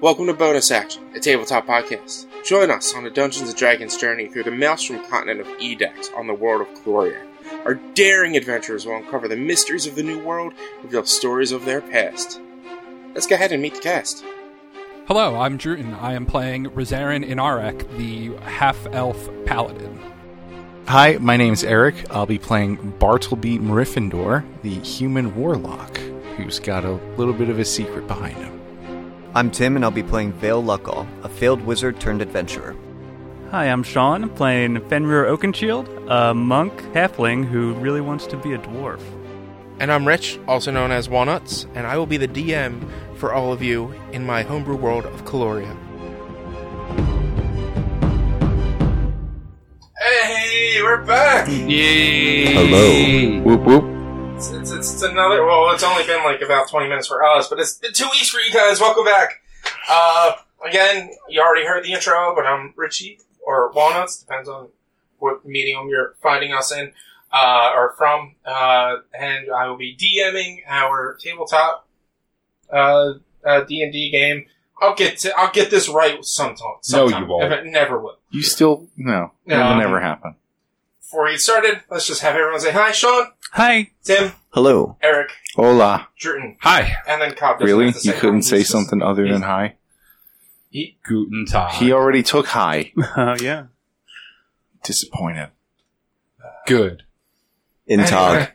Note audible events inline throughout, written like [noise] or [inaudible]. Welcome to Bonus Action, a tabletop podcast. Join us on a Dungeons & Dragons journey through the maelstrom continent of Edex on the world of Gloria. Our daring adventurers will uncover the mysteries of the new world and reveal stories of their past. Let's go ahead and meet the cast. Hello, I'm Druten. I am playing Rosarin Inarek, the half elf paladin. Hi, my name's Eric. I'll be playing Bartleby Mriffindor, the human warlock, who's got a little bit of a secret behind him. I'm Tim, and I'll be playing Vale Luckall, a failed wizard turned adventurer. Hi, I'm Sean, playing Fenrir Oakenshield, a monk halfling who really wants to be a dwarf. And I'm Rich, also known as Walnuts, and I will be the DM for all of you in my homebrew world of Caloria. Hey, we're back! Hello. Whoop whoop. It's, it's, it's another. Well, it's only been like about 20 minutes for us, but it's been two weeks for you guys. Welcome back. Uh, again, you already heard the intro, but I'm Richie or Walnuts, depends on what medium you're finding us in uh, or from. Uh, and I will be DMing our tabletop uh, uh, D&D game. I'll get to, I'll get this right sometime. No, you sometime. won't. If it never will. You still no, No. that'll never happen. Before we get started, let's just have everyone say hi, Sean, [laughs] Hi. Tim, Hello. Eric, Hola. Druten, Hi. and then Cobb. doesn't Really? have to You hi. couldn't say He's just- something other he's- than hi? Guten Tag. He already took hi. [laughs] Oh, Uh, yeah. Disappointed. Good. In Anyway,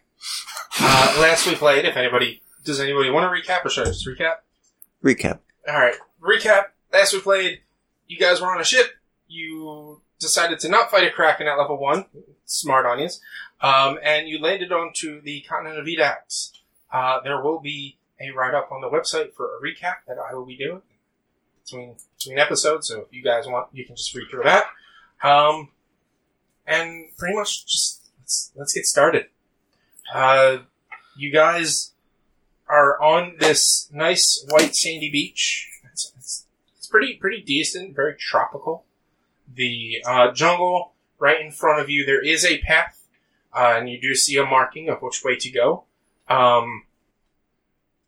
uh, last we played, if anybody, does anybody want to recap or should I just recap? Recap. Alright, recap. Last we played, you guys were on a ship. You decided to not fight a Kraken at level 1. Smart on yous. Um, and you landed onto the continent of Edax. Uh, there will be a write up on the website for a recap that I will be doing between, between episodes, so if you guys want, you can just read through that. Um, and pretty much just, let's, let's get started. Uh, you guys are on this nice white sandy beach. It's, it's, it's pretty pretty decent, very tropical. The uh, jungle right in front of you. There is a path, uh, and you do see a marking of which way to go. Um,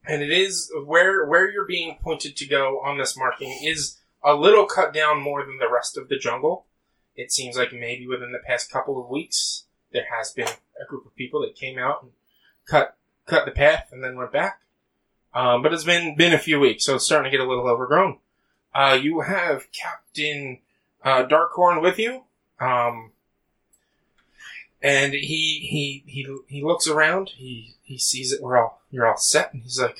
and it is where where you're being pointed to go on this marking is a little cut down more than the rest of the jungle. It seems like maybe within the past couple of weeks there has been a group of people that came out and cut cut the path and then went back. Um, but it's been been a few weeks, so it's starting to get a little overgrown. Uh, you have Captain uh, Darkhorn with you, um, and he he he he looks around. He he sees that we're all you're all set, and he's like,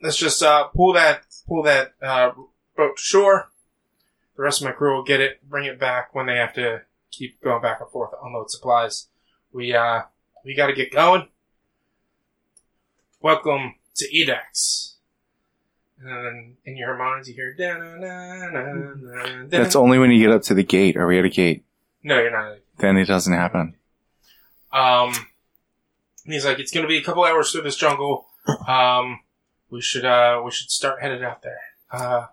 "Let's just uh, pull that pull that uh, boat to shore. The rest of my crew will get it, bring it back when they have to keep going back and forth, to unload supplies. We uh we got to get going." Welcome to Edax. And then in your minds, you hear. That's That's only when you get up to the gate. Are we at a gate? No, you're not. Then it doesn't happen. Um, and he's like, it's gonna be a couple hours through this jungle. Um, we should uh, we should start headed out there. Uh,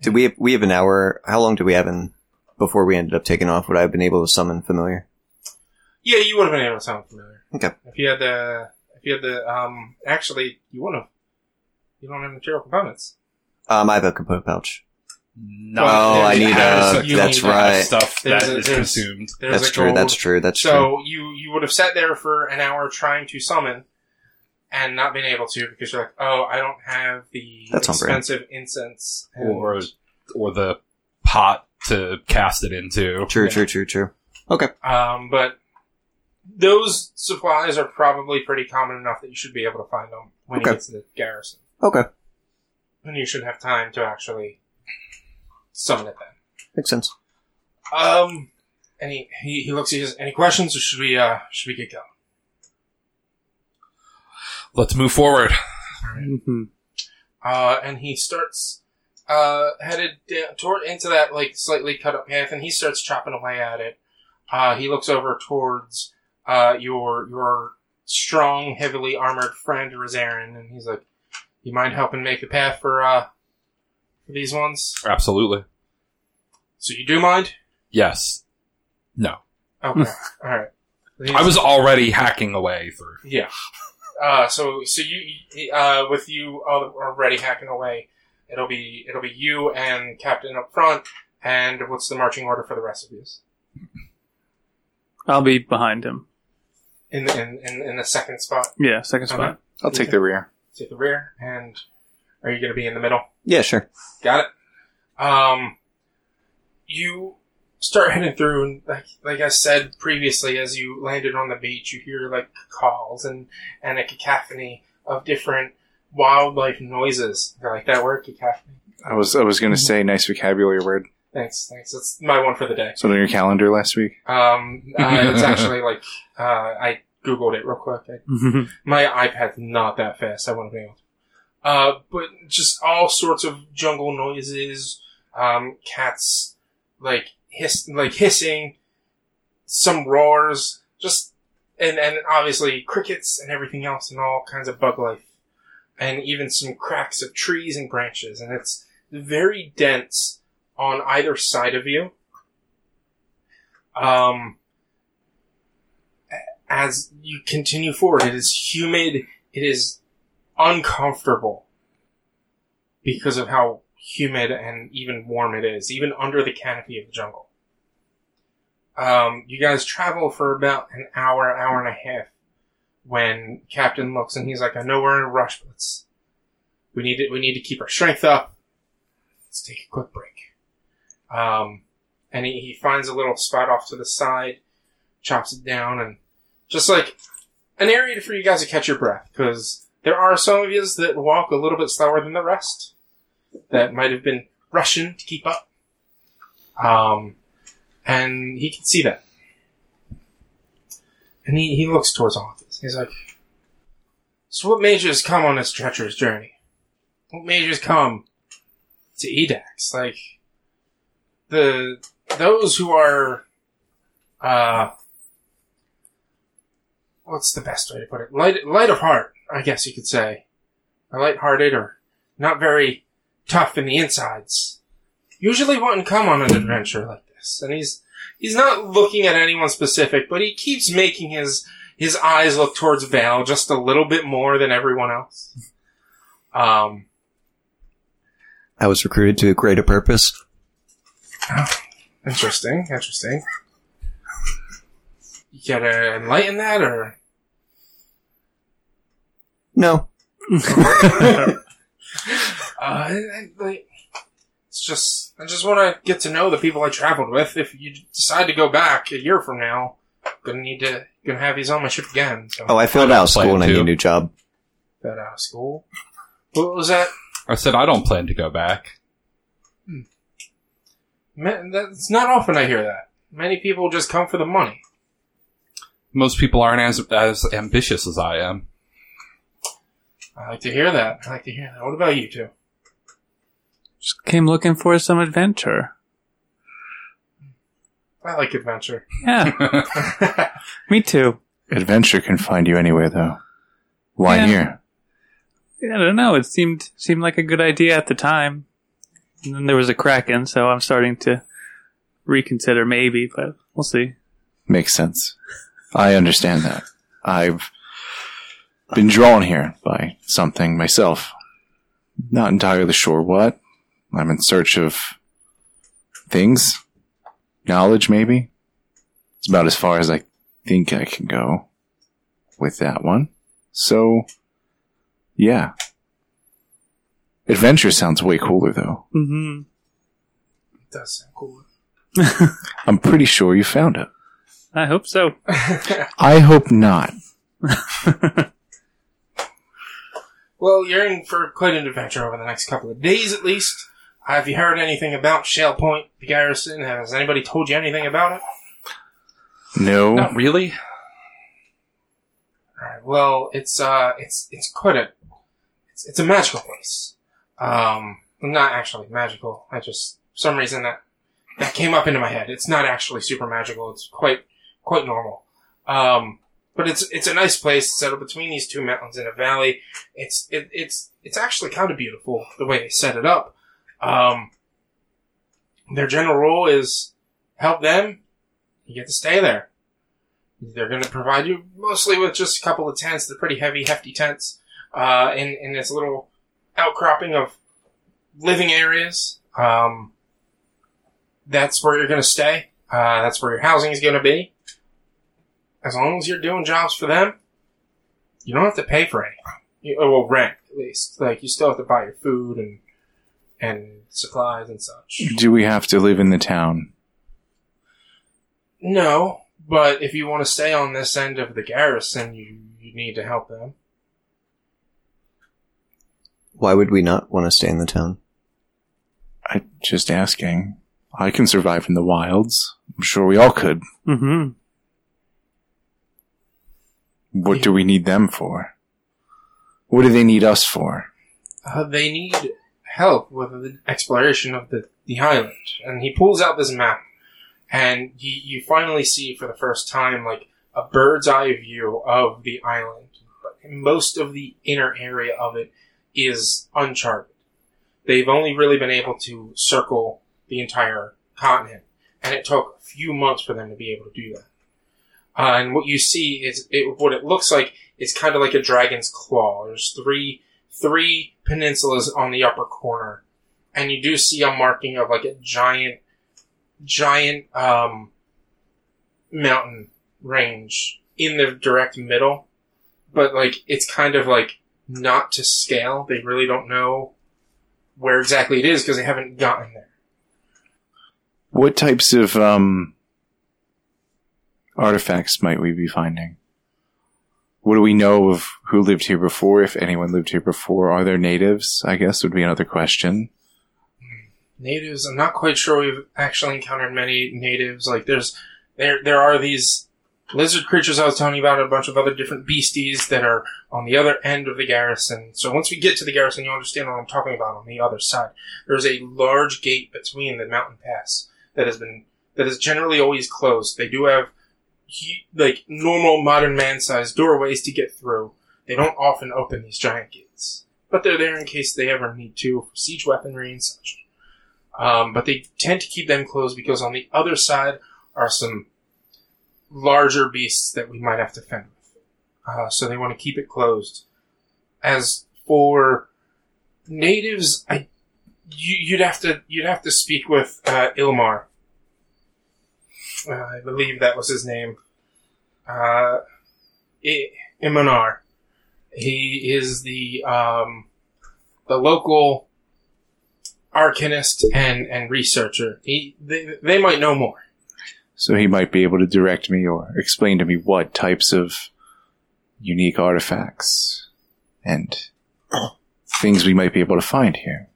Did we have, we have an hour? How long do we have in before we ended up taking off? Would I have been able to summon familiar? yeah, you would have been able to sound familiar Okay. if you had the if you had the um. Actually, you wouldn't have. You don't have material components. Um, I have a component pouch. No, Oh, there's I need, hours uh, of- you that's need to have right. Stuff There's that a- is there's- consumed. There's that's a true. gold- That's true. That's true. So you you would have sat there for an hour trying to summon, and not been able to because you're like, oh, I don't have the That's on brand. expensive incense. and- Or or the pot to cast it into. True. True. True. True. Okay. Um, but those supplies are probably pretty common enough that you should be able to find them when you Okay. get to the garrison. Okay. And you should have time to actually summon it then. Makes sense. Um, and he, he, he looks at his, any questions or should we, uh, should we get going? Let's move forward. Mm-hmm. Uh, and he starts, uh, headed down toward, into that, like, slightly cut up path and he starts chopping away at it. Uh, he looks over towards, uh, your, your strong, heavily armored friend, Razarin, and he's like, you mind helping make the path for, uh, for these ones? Absolutely. So you do mind? Yes. No. Okay. Alright. I was already hacking away through. Yeah. Uh, so so you uh, with you already hacking away, It'll be it'll be you and Captain up front. And what's the marching order for the rest of you? I'll be behind him. In the in, in, in the second spot, Yeah, second spot. I'll take the rear. take the rear. And are you going to be in the middle? Yeah, sure. Got it. Um, you start heading through, and like, like I said previously, as you landed on the beach, you hear like calls and, and a cacophony of different wildlife noises. I like that word, cacophony. I was I was going to say nice vocabulary word. Thanks, thanks. That's my one for the day. It's on your calendar last week. Um, uh, it's actually like uh, I googled it real quick. I my iPad's not that fast. I wouldn't be able to. Uh, but just all sorts of jungle noises, um, cats like hiss, like hissing, some roars, just and and obviously crickets and everything else and all kinds of bug life, and even some cracks of trees and branches, and it's very dense on either side of you. Um as you continue forward. It is humid. It is uncomfortable because of how humid and even warm it is, even under the canopy of the jungle. Um, you guys travel for about an hour, hour and a half when Captain looks and he's like, I know we're in a rush, but let's, we need to, we need to keep our strength up. Let's take a quick break. Um, and he, he finds a little spot off to the side, chops it down and just like an area for you guys to catch your breath because there are some of you that walk a little bit slower than the rest that might have been rushing to keep up um, and he can see that and he, he looks towards all of this he's like so what majors come on this treacherous journey what majors come to edax like the those who are uh what's the best way to put it? Light, light of heart, I guess you could say. Or light-hearted or not very tough in the insides. Usually wouldn't come on an adventure like this. And he's, he's not looking at anyone specific, but he keeps making his, his eyes look towards Val just a little bit more than everyone else. Um, I was recruited to a greater purpose. interesting, interesting. You gotta enlighten that or? No. [laughs] Uh, I- I- like, it's just I just want to get to know the people I traveled with. If you decide to go back a year from now, gonna need to gonna have these on my ship again. So Oh, I failed out of school and I need a too. new job. got out of school. What was that? I said I don't plan to go back. Man, that's not often I hear that. Many people just come for the money. Most people aren't as as ambitious as I am. I like to hear that. I like to hear that. What about you two? Just [laughs] came looking for some adventure. I like adventure. [laughs] Yeah, [laughs] me too. Adventure can find you anywhere, though. Why Yeah. here? I don't know. It seemed seemed like a good idea at the time. And then there was a kraken, so I'm starting to reconsider maybe, but we'll see. Makes sense. I understand that. I've been drawn here by something myself. Not entirely sure what. I'm in search of things, knowledge, maybe. It's about as far as I think I can go with that one. So, yeah. Adventure sounds way cooler, though. hmm It does sound cool. I'm pretty sure you found it. I hope so. I hope not. Well, you're in for quite an adventure over the next couple of days, at least. Have you heard anything about Shell Point, the garrison? Has anybody told you anything about it? No. Oh, Not really. Alright, well, it's uh, it's it's quite a, it's, it's a magical place. Um, not actually magical. I just for some reason that that came up into my head. It's not actually super magical. It's quite quite normal. Um, but it's it's a nice place settled between these two mountains in a valley. It's it, it's it's actually kind of beautiful the way they set it up. Um, their general rule is help them, you get to stay there. They're going to provide you mostly with just a couple of tents. They're pretty heavy, hefty tents. Uh, and, and it's a little outcropping of living areas. Um, that's where you're going to stay. Uh, that's where your housing is going to be. As long as you're doing jobs for them, you don't have to pay for anything. You, oh, well, rent at least. Like you still have to buy your food and and supplies and such. Do we have to live in the town? No, but if you want to stay on this end of the garrison, you, you need to help them. Why would we not want to stay in the town? I just asking. I can survive in the wilds. I'm sure we all could. Mm-hmm. What do we need them for? What do they need us for? Uh, they need help with the exploration of the, the island. And he pulls out this map, and you, you finally see for the first time, like, a bird's eye view of the island. But most of the inner area of it is uncharted. They've only really been able to circle the entire continent, and it took a few months for them to be able to do that. Uh, and what you see is it, what it looks like is kind of like a dragon's claw. There's three three peninsulas on the upper corner, and you do see a marking of like a giant, giant um, mountain range in the direct middle. But like it's kind of like not to scale. They really don't know where exactly it is because they haven't gotten there. What types of um artifacts might we be finding? What do we know of who lived here before, if anyone lived here before? Are there natives? I guess would be another question. natives. I'm not quite sure we've actually encountered many natives. Like there's there there are these lizard creatures I was telling you about, and a bunch of other different beasties that are on the other end of the garrison. So once we get to the garrison, you'll understand what I'm talking about on the other side. There's a large gate between the mountain pass that has been that is generally always closed. They do have hu- like normal modern man sized doorways to get through. They don't often open these giant gates, but they're there in case they ever need to for siege weaponry and such. Um, but they tend to keep them closed because on the other side are some larger beasts that we might have to fend with. Uh, so they want to keep it closed. As for natives, I you, you'd have to you'd have to speak with uh, Ilmar. Uh, I believe that was his name. Uh, I- Imanar. He is the um, the local arcanist and and researcher. He they, they might know more. So he might be able to direct me or explain to me what types of unique artifacts and things we might be able to find here.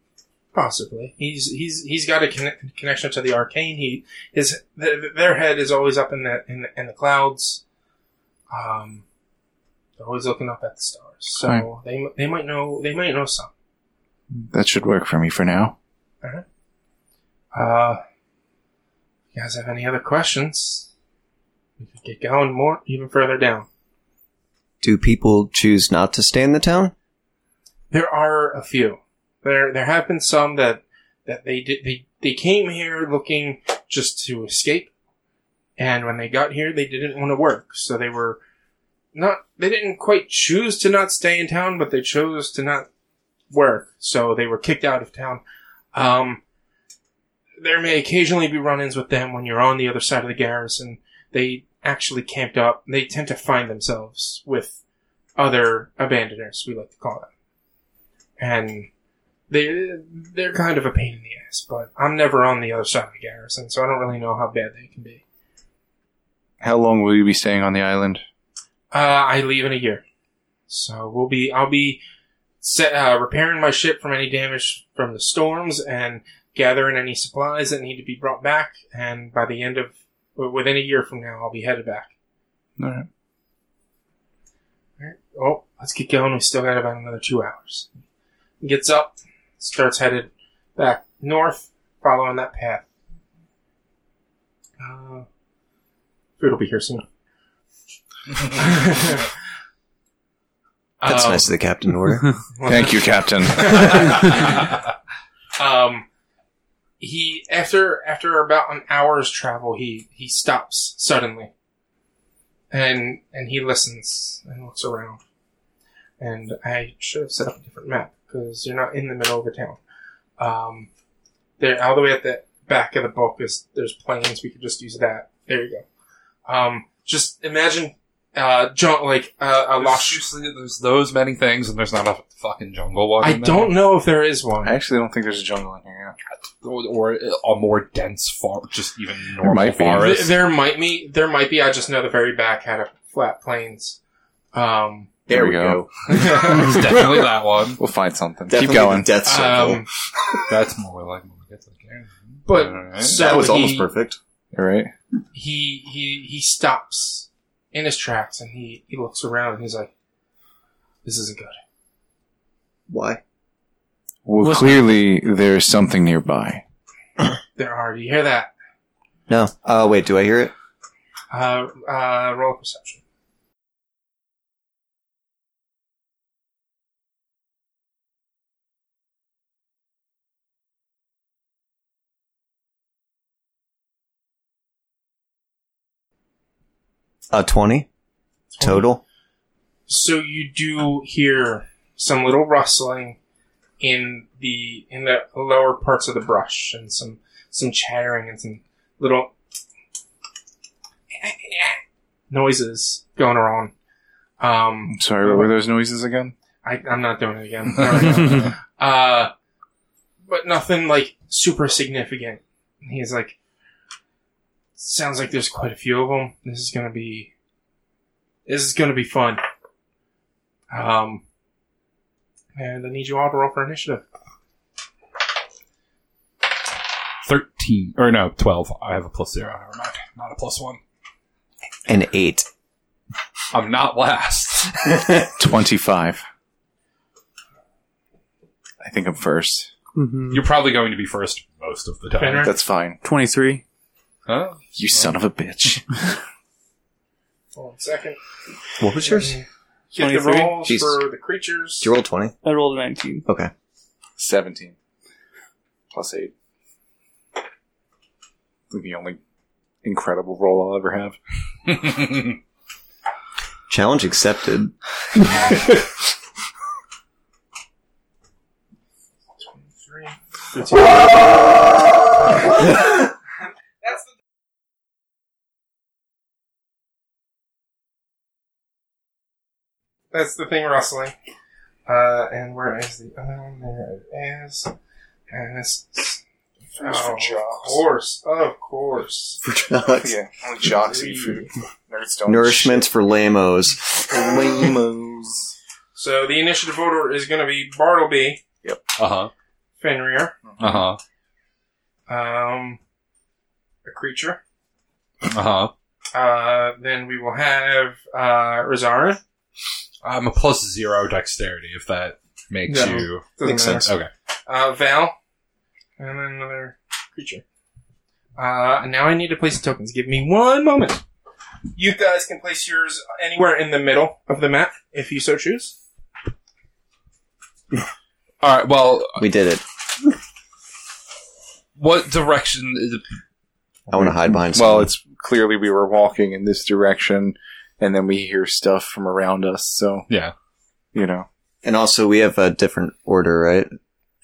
Possibly, he's he's he's got a conne- connection to the arcane. He his th- their head is always up in the in the, in the clouds. Um, they're always looking up at the stars. So Okay. they they might know they might know some. That should work for me for now. Uh, you guys have any other questions? We could get going more even further down. Do people choose not to stay in the town? There are a few. There there have been some that that they did they they came here looking just to escape, and when they got here, they didn't want to work, so they were not they didn't quite choose to not stay in town, but they chose to not work, so they were kicked out of town. Um, there may occasionally be run-ins with them when you're on the other side of the garrison. They actually camped up. They tend to find themselves with other abandoners, we like to call them and they they're kind of a pain in the ass. But I'm never on the other side of the garrison, so I don't really know how bad they can be. How long will you be staying on the island? Uh, I leave in a year, so we'll be I'll be set, uh, repairing my ship from any damage from the storms and gathering any supplies that need to be brought back. And by the end of within a year from now, I'll be headed back. All right. Oh, let's get going. We still got about another two hours. He gets up, starts headed back north, following that path. Uh, food will be here soon. Uh, That's nice of the captain to order. Thank you, [laughs] Captain. um, he after after about an hour's travel, he he stops suddenly, and and he listens and looks around. And I should have set up a different map because you're not in the middle of the town. Um, there, all the way at the back of the book is there's planes. We could just use that. There you go. Um, just imagine uh, jun- like uh, a There's, lost. usually there's those many things, and there's not a fucking jungle one. I in there. don't know if there is one. I actually don't think there's a jungle in here. Yeah. or, or a more dense far, just even normal might be. Th- [laughs] forest. there might be. There might be. I just know the very back had a flat plains. Um, There we go. it's definitely that one. We'll find something. Definitely Keep going. the death circle. um, [laughs] That's more like when we get to the game. but Alright. so that was he, almost perfect. All right. he he he stops in his tracks and he he looks around and he's like, "This isn't good." Why? Well, Listen. clearly there's something nearby. There are. Do you hear that? No. Uh, wait. Do I hear it? Uh, uh, roll perception. Uh, twenty total. So you do hear some little rustling in the in the lower parts of the brush and some some chattering and some little [coughs] noises going around. Um, I'm sorry, what were those noises again? I, I'm not doing it again. There we go. Uh, but nothing like super significant. And He's like, sounds like there's quite a few of them. This is gonna be, this is gonna be fun. Um, and I need you all to roll for initiative. Thirteen or no, twelve. I have a plus zero. Never mind. Not a plus one. An eight. I'm not last. [laughs] 25. I think I'm first. Mhm. You're probably going to be first most of the time. Fenrir? That's fine. 23. Huh? You son of a bitch. Hold on a second. What was yours? Get the 23? rolls Jesus. for the creatures. Did you roll twenty? I rolled a 19. Okay. 17. Plus 8. The only incredible role I'll ever have. [laughs] Challenge [laughs] accepted. Three. That's the. That's the thing rustling. Uh, and where is the other one? There it is. And it's. Oh, of course, of course. Yeah, only jocks eat food. Nerds don't. [laughs] Nourishments for lamos. Lamos. So the initiative order is going to be Bartleby, Uh huh. Fenrir, Uh huh. um, a creature. Uh huh. Uh, then we will have uh, Rosarin. I'm a plus zero dexterity. If that makes Yeah. you Doesn't Makes matter. sense. okay. Uh, Val, and then another creature. Uh, and now I need to place the tokens. Give me one moment. You guys can place yours anywhere in the middle of the map if you so choose. All right. Well, We did it. what direction? Is it? I want to hide behind. Well, someone. it's clearly we were walking in this direction, and then we hear stuff from around us. So Yeah. you know, and also we have a different order, right?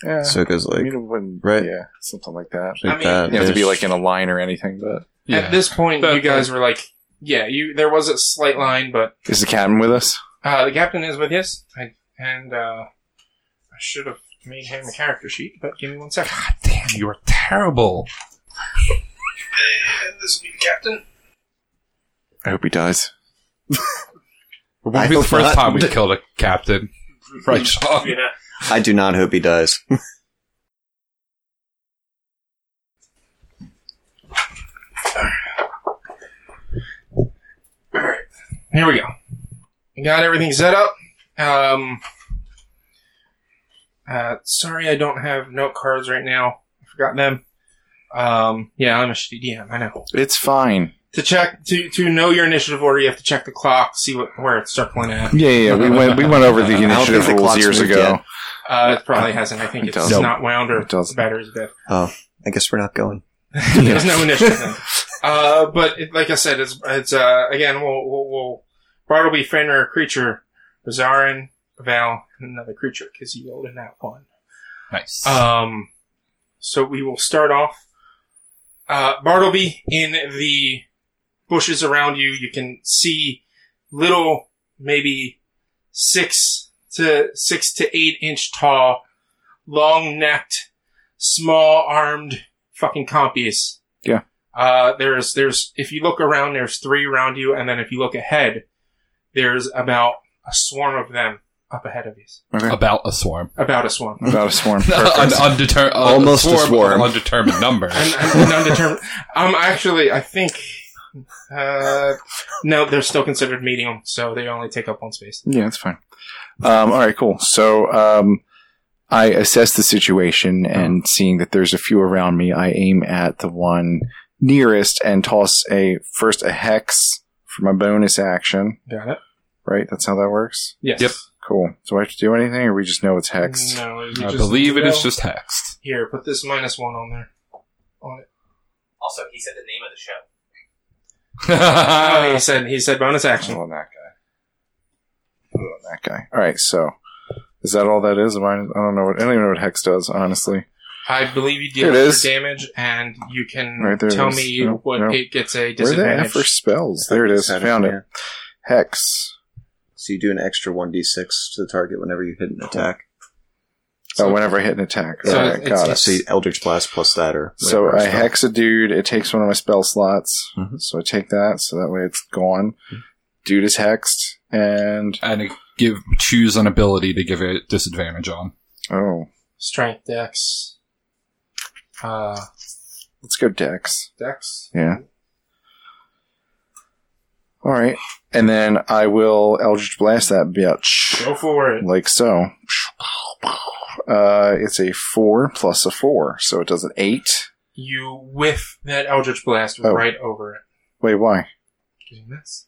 yeah, So it goes I like mean, it wouldn't- right. yeah, something like that. like I mean, that. You have to be like There's- in a line or anything, but Yeah. At this point, But- you guys were like, "Yeah, you." There was a slight line, but is the captain with us? uh, the captain is with us, I, and uh, I should have made him a character sheet. But give me one second. Damn, you are terrible. And this will be the captain. I hope he dies. It won't I be the hope first not. [laughs] time we killed a captain, right, Sean? Yeah. I do not hope he dies. Alright. Here we go. We got everything set up. Um, uh, sorry I don't have note cards right now. I forgot them. Um, yeah, I'm a shitty DM, I know. It's fine. To check, to, to know your initiative order, you have to check the clock, see what, where it's circling at. Yeah, yeah. We went we went [laughs] over the don't initiative think the rules clock's years moved ago. yet. Uh, it probably hasn't. I think It it's doesn't. not wound or It doesn't. batteries dead. Oh, I guess we're not going. There's no initiative. then. Uh, but it, like I said, it's, it's uh, again, we'll, we'll, we'll Bartleby, Fenrir, creature, Bazarin, Val, and another creature because you rolled in that one. Nice. Um, So we will start off. Uh, Bartleby, in the bushes around you, you can see little, maybe six to six to eight inch tall, long necked, small armed fucking compies. Yeah. Uh, there's, there's, if you look around, there's three around you, and then if you look ahead, there's about a swarm of them up ahead of you. Okay. About a swarm. About a swarm. About [laughs] a swarm. an undeter- Almost a Of swarm. undetermined [laughs] number. [laughs] I'm, I'm an undetermined. Um, actually, I think. Uh, no, they're still considered medium, so they only take up one space. Yeah, that's fine. Um, all right, cool. So um, I assess the situation Oh. and seeing that there's a few around me, I aim at the one nearest and toss a first a hex for my bonus action. Got it? Right? That's how that works. Yes. Yep. Cool. Do I have to do anything, or we just know it's hexed? No, you I just- believe it is no. just hexed. Here, put this minus one on there. Also, he said the name of the show. Ah. Oh, he said he said bonus Put it action. on that guy. Put it on that guy. All right. So is that all that is? Am I, I don't know. What, I don't even know what hex does, honestly. I believe you Here deal it your is. damage, and you can Right there it tell is. me No, what no. it gets a Where the disadvantage. F for spells? There it is. I found it. Hex. So you do an extra 1d6 to the target whenever you hit an attack. oh, whenever I hit an attack. So All right, it's- got it. it's- So you Eldritch Blast plus that or So whatever I spell. hex a dude. It takes one of my spell slots. Mm-hmm. Mhm. So I take that. So that way it's gone. Dude is hexed. And, and it give choose an ability to give it disadvantage on. oh, Strength dex. Uh, let's go dex. dex. Yeah. All right. And then I will Eldritch Blast that bitch. Go for it. Like so. Uh, it's a four plus a four. So it does an eight. You whiff that Eldritch Blast Oh. right over it. Wait, why? Getting this?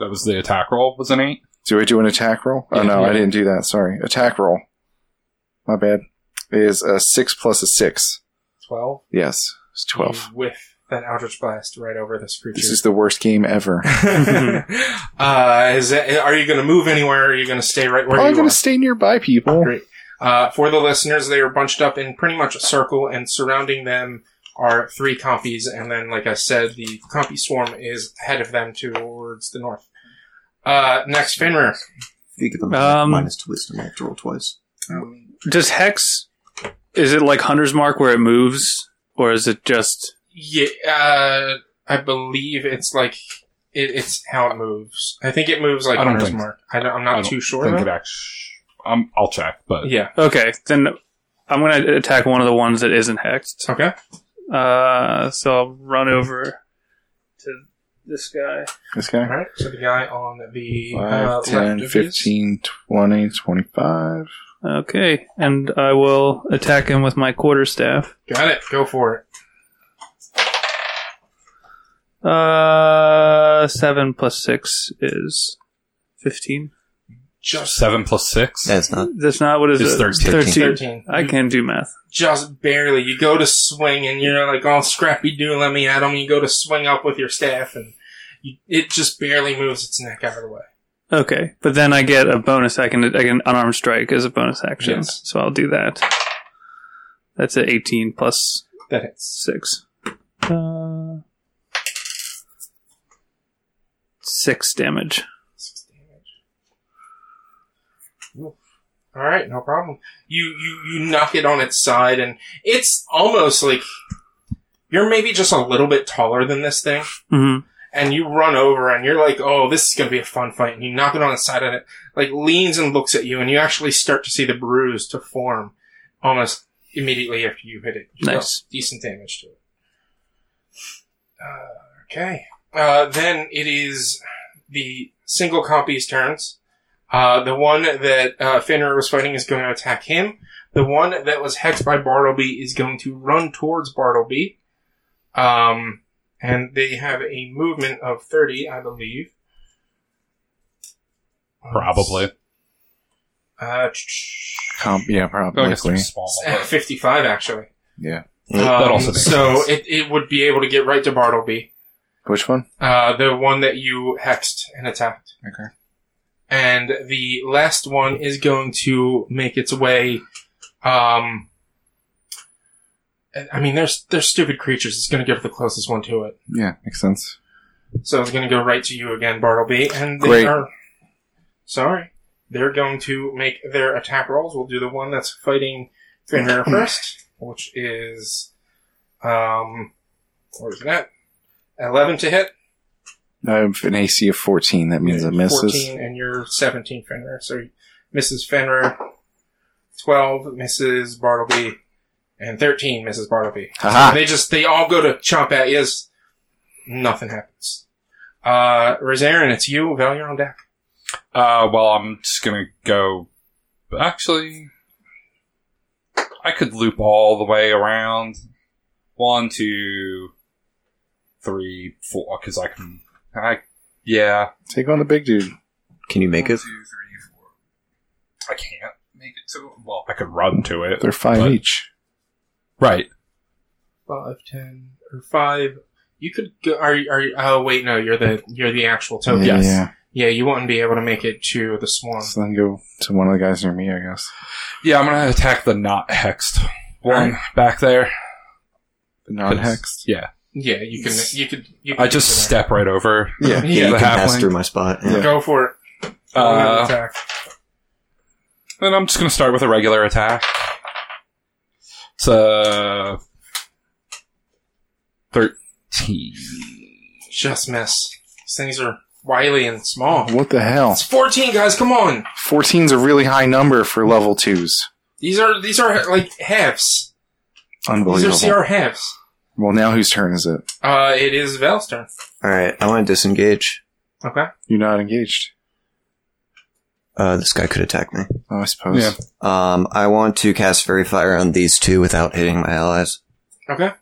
That was the attack roll, was an eight? Do I do an attack roll? oh Yeah, no, I yeah. didn't do that. Sorry, attack roll. My bad. Is a six plus a six. 12. Yes, it's twelve. You whiff that Eldritch Blast right over this creature. This is the worst game ever. [laughs] uh, is that, are you going to move anywhere? Or are you going to stay right where Oh, I'm you gonna are? stay nearby, people. Great. Uh, for the listeners, they are bunched up in pretty much a circle, and surrounding them are three compies. And then, like I said, the compy swarm is ahead of them towards the north. Uh, next, Fenrir. If you give them Um, minus two wisdom, I have to roll twice. Does hex? Is it like Hunter's Mark where it moves, or is it just? Yeah, uh, I believe it's like it, it's how it moves. I think it moves like I don't Hunter's think- Mark. I don't, I'm I not don't too sure. Think it though. act- I'm, I'll check, but Yeah. Okay, then I'm gonna attack one of the ones that isn't hexed. Okay. Uh, so I'll run over to this guy. This guy. All right, so the guy on the uh, Five, 10, left of you. 15, 20, 25. Okay, and I will attack him with my quarterstaff. Got it. Go for it. Uh, seven plus six is fifteen. Just seven plus six. That's [laughs] not. That's not what it is. It's 13. thirteen. I can do math. Just barely. You go to swing, and you're like all scrappy. Do let me at him. You go to swing up with your staff, and you, it just barely moves its neck out of the way. Okay, but then I get a bonus. I can I can unarmed strike as a bonus action, Yes. so I'll do that. That's at eighteen plus That hits. six. Uh, six damage. Six damage. Oof. All right, no problem. You you you knock it on its side, and it's almost like you're maybe just a little bit taller than this thing. hmm and you run over and you're like, oh, this is going to be a fun fight. And you knock it on the side and it, like, leans and looks at you and you actually start to see the bruise to form almost immediately after you hit it. You Nice. dealt Decent damage to it. Uh, okay. Uh, then it is the single copy's turns. Uh, the one that uh, Fenrir was fighting is going to attack him. The one that was hexed by Bartleby is going to run towards Bartleby. Um, and they have a movement of 30, I believe. Probably. Uh, tch- Comp, yeah, I guess they're probably. small. tch- 55, actually. Yeah. That Um, also makes so sense. it, it would be able to get right to Bartleby, Which one? uh, the one that you hexed and attacked. Okay. And the last one is going to make its way um, And, I mean, there's there's stupid creatures. It's going to go to the closest one to it. Yeah, makes sense. So it's going to go right to you again, Bartleby. And they Great. are sorry. They're going to make their attack rolls. We'll do the one that's fighting [clears throat] Finrear first, which is um, where's that? Eleven to hit. I have an AC of 14. That means it misses. 14 and you're 17 Fenrir. So Mrs. Fenrir, 12 Mrs. Bartleby, and 13 Mrs. Bartleby. Haha. And they just, they all go to chomp at you. Nothing happens. Uh, Rosarin, it's you. Val, you're on deck. Uh, well, I'm just gonna go. Actually, I could loop all the way around. One, two, three, four, because I can. I yeah. Take on the big dude. Can you make One, it? two, three, four. I can't make it to. Well, I could run to it. They're five But- each. Right. 5, 10, or 5. You could go, are, you- are, you- oh wait, no, you're the, you're the actual token. yeah, yes. yeah. Yeah, you wouldn't be able to make it to the swarm. So then go to one of the guys near me, I guess. Yeah, I'm gonna attack the not hexed one back there. The non-hex. Yeah, Yeah, you can, you could, you could I just step right over. Yeah, Yeah. you the can pass halfling. through my Oh, spot. Yeah. Go for it. Roll an Uh, attack. And I'm just going to start with a regular attack. It's uh, 13. Just miss. These things are wily and small. What the hell? It's fourteen, guys. Come on. 14's a really high number for level twos. These are these are like halves. These Unbelievable. are CR halves. well, now whose turn is it? Uh, it is Val's turn. All right, I want to disengage. Okay. You're not engaged. Uh, this guy could attack me. Oh, I suppose. Yeah. Um, I want to cast Fairy Fire on these two without hitting my allies. Okay. Is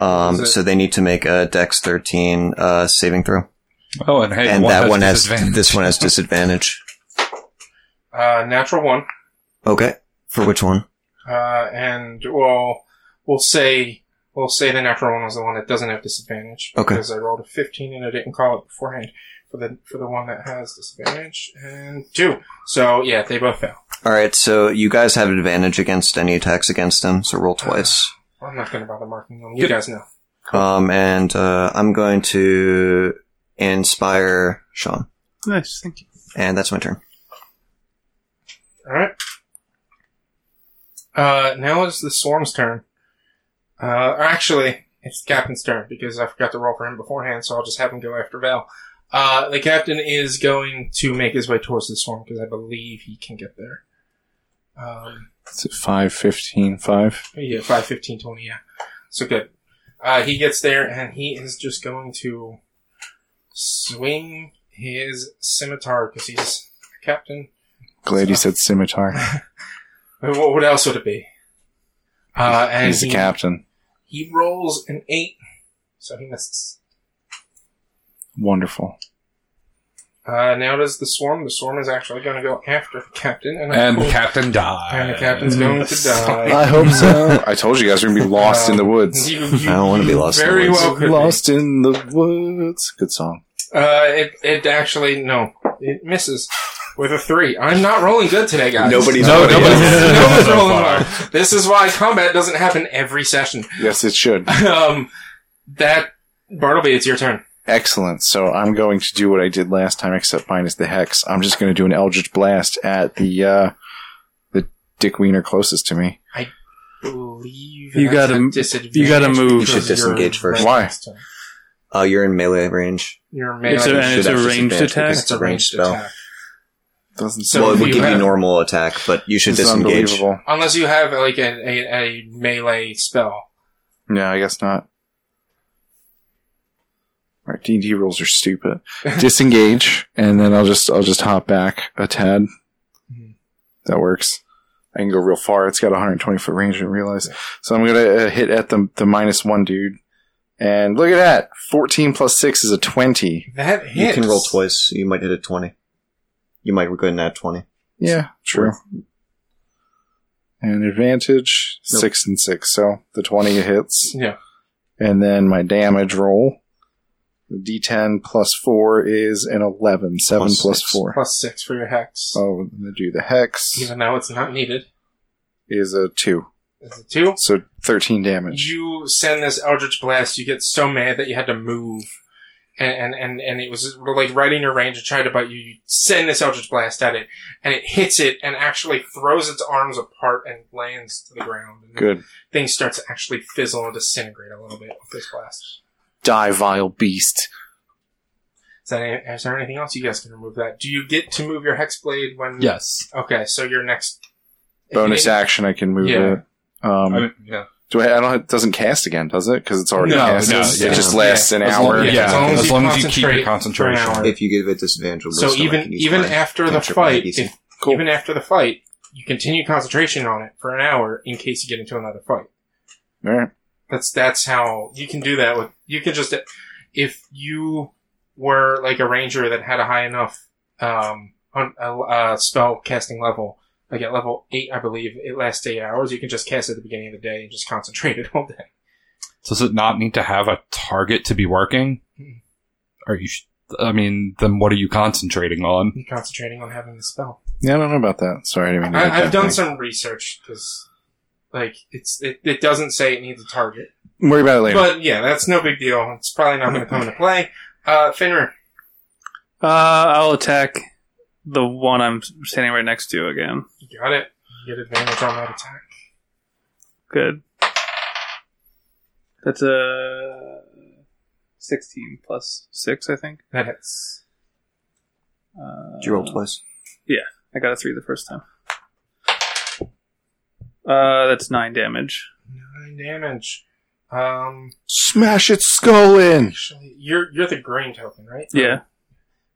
Um, it- so they need to make a Dex 13 uh, saving throw, Oh, and hey, and one that has one has disadvantage. this one has disadvantage. Uh, natural one. Okay, for which one? Uh, and well, we'll say we'll say the natural one was the one that doesn't have disadvantage Okay. because I rolled a fifteen and I didn't call it beforehand for the for the one that has disadvantage and two. So yeah, they both fail. All right, so you guys have advantage against any attacks against them, so roll twice. I'm not going to bother marking them. You guys know. Um, and uh, I'm going to inspire Sean, Nice. Thank you. and that's my turn. All right. Uh, now is the swarm's turn. Uh, or actually, it's the captain's turn because I forgot to roll for him beforehand, so I'll just have him go after Val. Uh, the captain is going to make his way towards the swarm because I believe he can get there. Um, It's at 5, 15, 5. yeah, 5, 15, 20, yeah. So good. Uh, he gets there and he is just going to swing his scimitar because he's captain. Glad you said scimitar. What, what else would it be? Uh, and He's the he- captain. He rolls an eight, so he misses. Wonderful. Uh, now does the swarm. The swarm is actually going to go after the captain, and, And the captain dies. and the captain's going [laughs] to die. I hope so. [laughs] I told you guys we're going to be lost in the woods. You- you- I don't wanna be lost in the Very woods. well, could be. Lost in the woods. Good song. Uh, it it actually no, it misses with a three. I'm not rolling good today, guys. Nobody's- No, Nobody nobody's, is. [laughs] nobody's Nobody's rolling rolling hard. well. This is why combat doesn't happen every session. Yes, it should. um, that Bartleby, it's your turn. Excellent. So I'm going to do what I did last time, except minus the hex. I'm just going to do an Eldritch Blast at the uh, the Dick Wiener closest to me. Believe You that's gotta a m- disadvantage you gotta move. You should because you're disengage first. Why? Uh, you're in melee range. You're melee. It's a, and it's should a have ranged disadvantage attack. because- It's a ranged attack. Doesn't So well, it if would you give you have- normal attack, but you should This is disengage. unbelievable. Unless you have like a, a, a melee spell. No, I guess not. Our D and D rules are stupid. Disengage, and then I'll just I'll just hop back a tad. That works. I can go real far. It's got 120 foot range. I didn't realize. So I'm gonna uh, hit at the the minus one dude, and look at that. 14 plus six is a 20. That You hits. can roll twice. You might hit a twenty. You might go ahead and add twenty. Yeah, true. And advantage Nope. six and six. So the 20 hits. Yeah. And then my damage roll, the d10 plus 4 is an 11. 7 Plus plus, plus six. 4. Plus six for your hex. Oh, and then do the hex Even though it's not needed. is a 2. Is it two? So 13 damage. You send this Eldritch Blast, you get so mad that you had to move. And, and, and, and it was like right in your range to try to bite you. You send this Eldritch Blast at it, and it hits it and actually throws its arms apart and lands to the ground. And Good. The thing starts to actually fizzle and disintegrate a little bit with this blast. Die, vile beast. Is, that any, is there anything else you guys can remove that? Do you get to move your Hexblade when. Yes. Okay, so your next. Bonus action, I can move Yeah. it. Um, I mean, yeah. do I, I don't, it doesn't cast again, does it? Because it's already No, cast. no, It yeah. just lasts an As hour. long- yeah, As long as as you long as you keep concentrate for your an concentration. hour. If you give it disadvantage, of So wisdom, I even can use even my after the cantrip fight, abilities. if, even after the fight, you continue concentration on it for an hour in case you get into another fight. All right. That's that's how you can do that. With you can just if you were like a ranger that had a high enough um on a, uh spell casting level, like at level eight, I believe it lasts eight hours. You can just cast it at the beginning of the day and just concentrate it [laughs] all day. Does it not need to have a target to be working? Are you? Sh- I mean, then what are you concentrating on? You're concentrating on having the spell. Yeah, I don't know about that. Sorry, I didn't mean to hit I, I've that done thing. some research because, like, it's it, it doesn't say it needs a target, Worry about it later. but yeah, that's no big deal. It's probably not going to come into play. Uh, Fenrir, Uh, I'll attack the one I'm standing right next to again. you got it. You get advantage on that attack. Good. That's a 16 plus 6, I think. That hits. Uh, Did you roll twice? I got a 3 the first time. Uh, that's 9 damage. Nine damage. Um, Smash its skull in. actually, you're you're the green token, right? Yeah.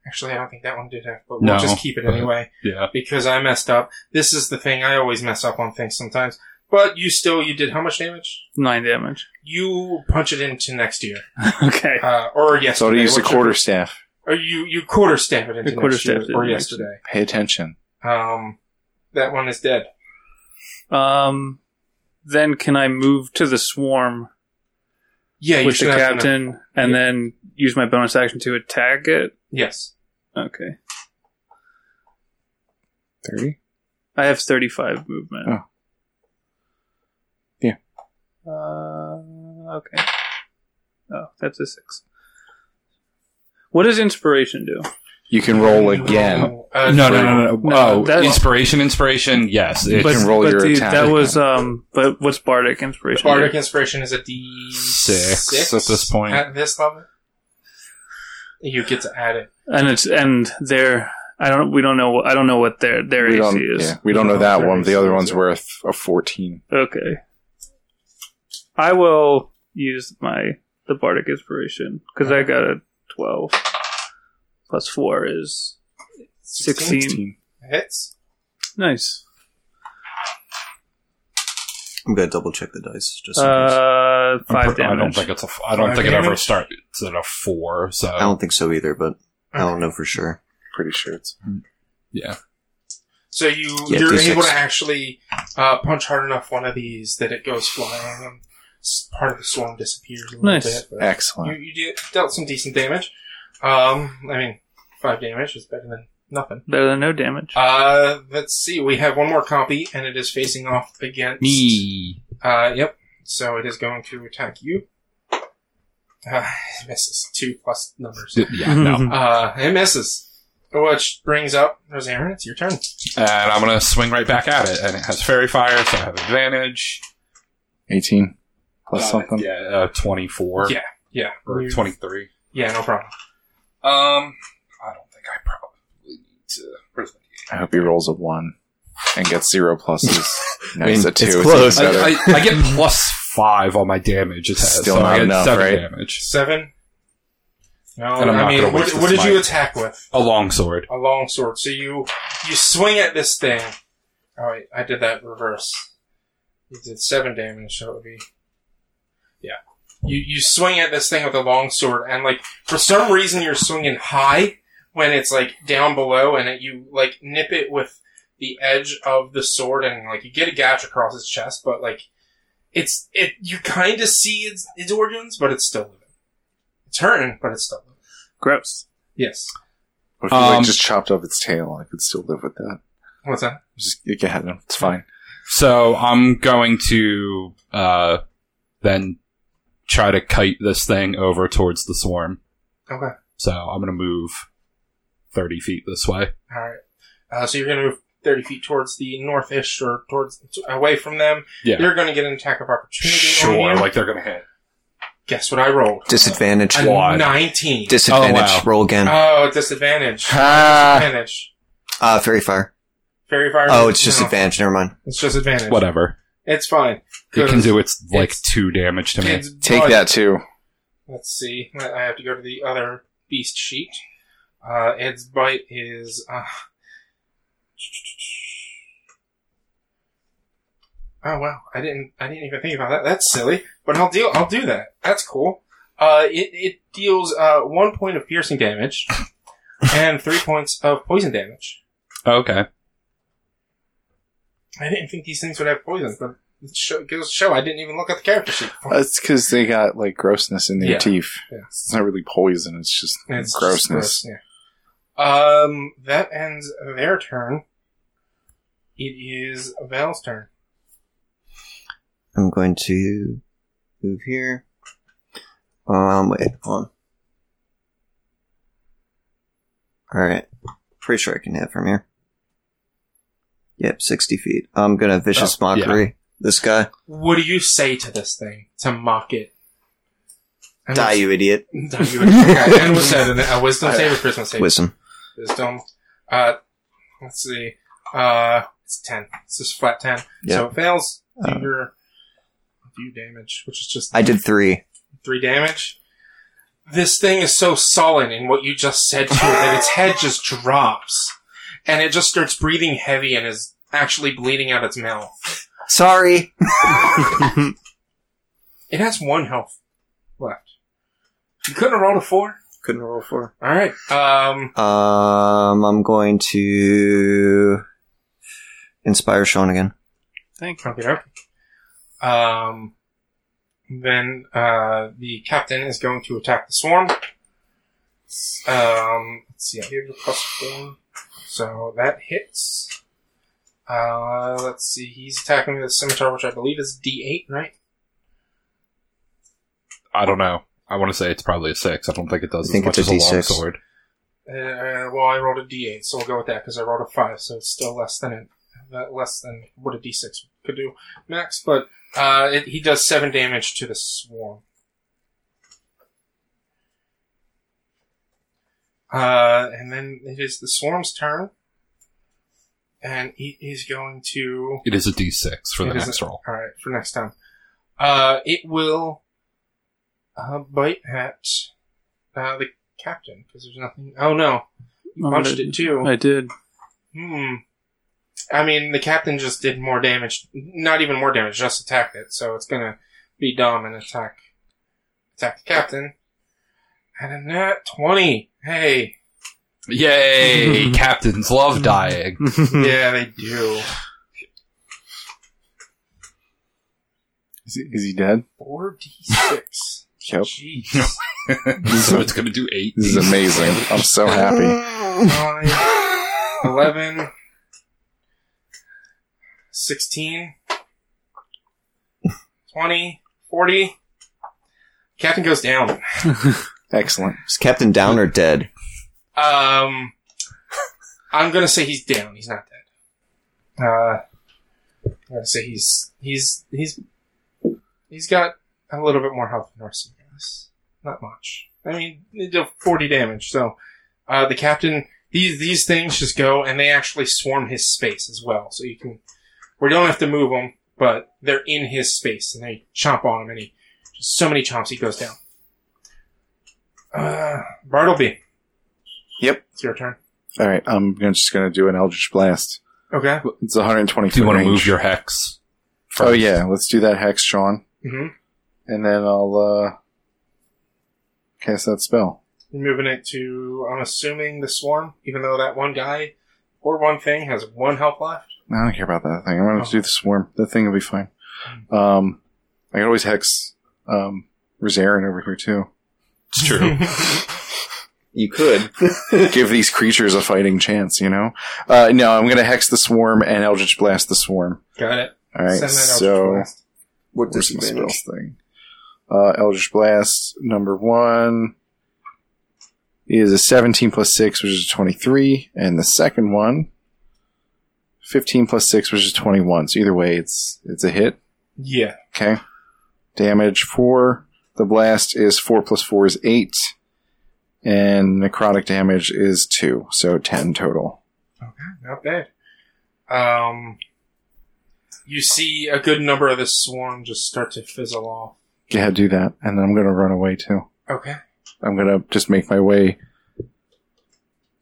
Actually, I don't think that one did have, but we'll No. just keep it anyway Yeah, because I messed up. This is the thing I always mess up on things sometimes. But you still you did how much damage? [laughs] 9 damage. You punch it into next year, okay. uh, or yesterday. So to use the What's your- quarter staff. or you you quarter stamp it into You quarter next year, stamped it or into yesterday. Pay attention. Um, that one is dead. Um, then can I move to the swarm Yeah, you with the should have enough- captain and then use my bonus action to attack it? Yes, Okay. 30? I have 35 movement. Oh. Yeah. Uh, okay. Oh, that's a six. What does inspiration do? You can roll again. Uh, no, no, no, no. No, oh, that- inspiration, inspiration. Yes, it, But- can roll your attack. That was um. But what's bardic inspiration? Bardic do? inspiration is a D Six at this point. At this level, you get to add it. and it's and their I don't we don't know I don't know what their their we AC don't, is. yeah, we don't know that one. The other one's worth a 14. Okay. I will use my the bardic inspiration because I got a twelve plus four is 16. hits. nice. I'm gonna double check the dice just. in case. Uh, I'm five pr- I don't damage. think it's a. f- I don't Five think it ever damage? starts at a four. So I don't think so either, but I don't know for sure. Pretty sure it's. yeah, So you Yeah, you're D6. able to actually uh, punch hard enough one of these that it goes flying and s- part of the swarm disappears. A little Nice. bit, but- You, Excellent. you did, dealt some decent damage. Um, I mean, five damage is better than nothing. Better than no damage. Uh, let's see. We have one more copy, and it is facing off against me. Uh, yep. So it is going to attack you. Uh, it misses two plus numbers. Yeah, Mm-hmm. no. Uh, it misses. Which brings up Rosarin. It's your turn. And I'm gonna swing right back at it, and it has fairy fire, so I have advantage. 18 plus Uh, something. Yeah, uh, twenty four. Yeah. Yeah. or You- twenty three. Yeah. No problem. Um, I don't think I probably need to. Where's my I hope he rolls a 1 and gets 0 pluses. nice. mean, a 2 it's is close. even better. I, I, I get plus five on my damage attack. Still so not I get enough, seven right? damage. Seven. No, And I'm I not mean, gonna what, waste what this did you mic. attack with? A longsword. A longsword. So you you swing at this thing. Oh, wait, I did that reverse. You did seven damage, so it would be. Yeah. You you swing at this thing with a long sword, and like for some reason you're swinging high when it's like down below, and it, you like nip it with the edge of the sword, and like you get a gash across its chest, but like it's it you kind of see its its organs, but it's still living. It's hurting, but it's still living. [laughs] Gross. Yes. What if you like, Um, just chopped off its tail? I could still live with that. What's that? Just yeah, no, it's fine. So I'm going to uh, then try to kite this thing over towards the swarm. Okay. So I'm going to move 30 feet this way. All right. Uh, so you're going to move 30 feet towards the north-ish or towards away from them. Yeah. You're going to get an attack of opportunity. sure, On you. like they're going to hit. Guess what I rolled? Disadvantage. A Why? 19. Disadvantage. Oh, wow. Roll again. oh, disadvantage. Ah, Disadvantage. uh, fairy fire. Fairy fire. Oh, it's just no, advantage. Never mind. It's just advantage. Whatever. It's fine. It can do its like It's- two damage to me. It's Take blood. that too. Let's see. I I have to go to the other beast sheet. Uh, Ed's bite is. Uh... Oh wow! I didn't. I didn't even think about that. That's silly. But I'll deal. I'll do that. That's cool. Uh, it it deals uh, one point of piercing damage and three points of poison damage. Okay. I didn't think these things would have poisons, but it show, goes to show I didn't even look at the character sheet. before. That's because they got like grossness in their Yeah. teeth. Yeah. It's not really poison. It's just It's grossness. just gross, yeah. Um, that ends their turn. It is Val's turn. I'm going to move here. Um, wait, hold on. Alright. Pretty sure I can hit from here. Yep, 60 feet. I'm gonna Vicious Oh, yeah. Mockery this guy. What do you say to this thing to mock it? And Die, what's- you idiot. [laughs] Die you. Okay, and what's that? An- A [laughs] wisdom save or Christmas save? Wisdom. Wisdom. Uh, let's see. Uh, it's ten. It's just flat ten. Yeah. So it fails. Do Uh. your do damage, which is just I did three. three damage. This thing is so sullen in what you just said to it that its head just drops, and it just starts breathing heavy and is actually bleeding out its mouth. [laughs] Sorry! It has one health left. You couldn't have rolled a four. Couldn't roll four. All right. Um. Um, I'm going to inspire Sean again. Thank you. Okay. Um. Then uh, the captain is going to attack the swarm. Um. Let's see. I gave it a plus four, so that hits. Uh, let's see. He's attacking with a scimitar, which I believe is D8, right? I don't know. I want to say it's probably a six. I don't think it does I think as much it's as a a D6. longsword. Uh, well, I rolled a D8, so we'll go with that because I rolled a five, so it's still less than it, uh, less than what a D6 could do max. But uh, it, he does seven damage to the swarm. Uh, and then it is the swarm's turn, and he is going to. It is a d6 for the It is next a- [laughs] roll. All right, for next time. Uh, it will uh, bite at uh, the captain because there's nothing. Oh no, you I'm punched gonna- it too. I did. Hmm. I mean, the captain just did more damage. Not even more damage, just attacked it. So it's gonna be dumb and attack attack the captain. And a nat twenty. Hey, Yay! Captains love [laughs] dying. [laughs] yeah, they do. Is he, is he dead? Four d six. Yep. Jeez. so it's going to do eight. This is amazing. I'm so happy. 9, 11, 16, 20, 40. Captain goes down. Excellent. Is Captain Downer dead? Um, I'm gonna say he's down. He's not dead. Uh, I'm gonna say he's he's he's he's got a little bit more health than the rest of you guys. Not much. I mean, they did 40 damage. So uh, the captain, these these things just go and they actually swarm his space as well. So you can, we don't have to move them, but they're in his space and they chomp on him, and he just so many chomps he goes down. Uh, Bartleby. Yep. It's your turn. All right. I'm gonna, just going to do an Eldritch Blast. Okay. It's 120 Do you foot want to range. move your hex? Oh, yeah. Let's do that hex, Sean. Mm-hmm. And then I'll uh, cast that spell. You're moving it to, I'm assuming, the swarm, even though that one guy or one thing has one health left. I don't care about that thing. I'm going to Oh. do the swarm. That thing will be fine. Um, I can always hex um, Rezarin over [laughs] here, too. [laughs] It's true. You could. give these creatures a fighting chance, you know? Uh, no, I'm going to hex the swarm and Eldritch Blast the swarm. Got it. All right, Send that out to so Blast. What where's my spells thing? Uh, Eldritch Blast number one is a 17 plus 6, which is a 23, and the second one, 15 plus 6, which is 21. So either way, it's it's a hit. Yeah. Okay. Damage four. The blast is four plus four is eight. And necrotic damage is two, so ten total. Not bad. Um, you see a good number of this swarm just start to fizzle off. Yeah, do that. And then I'm gonna run away too. Okay. [laughs] I'm gonna just make my way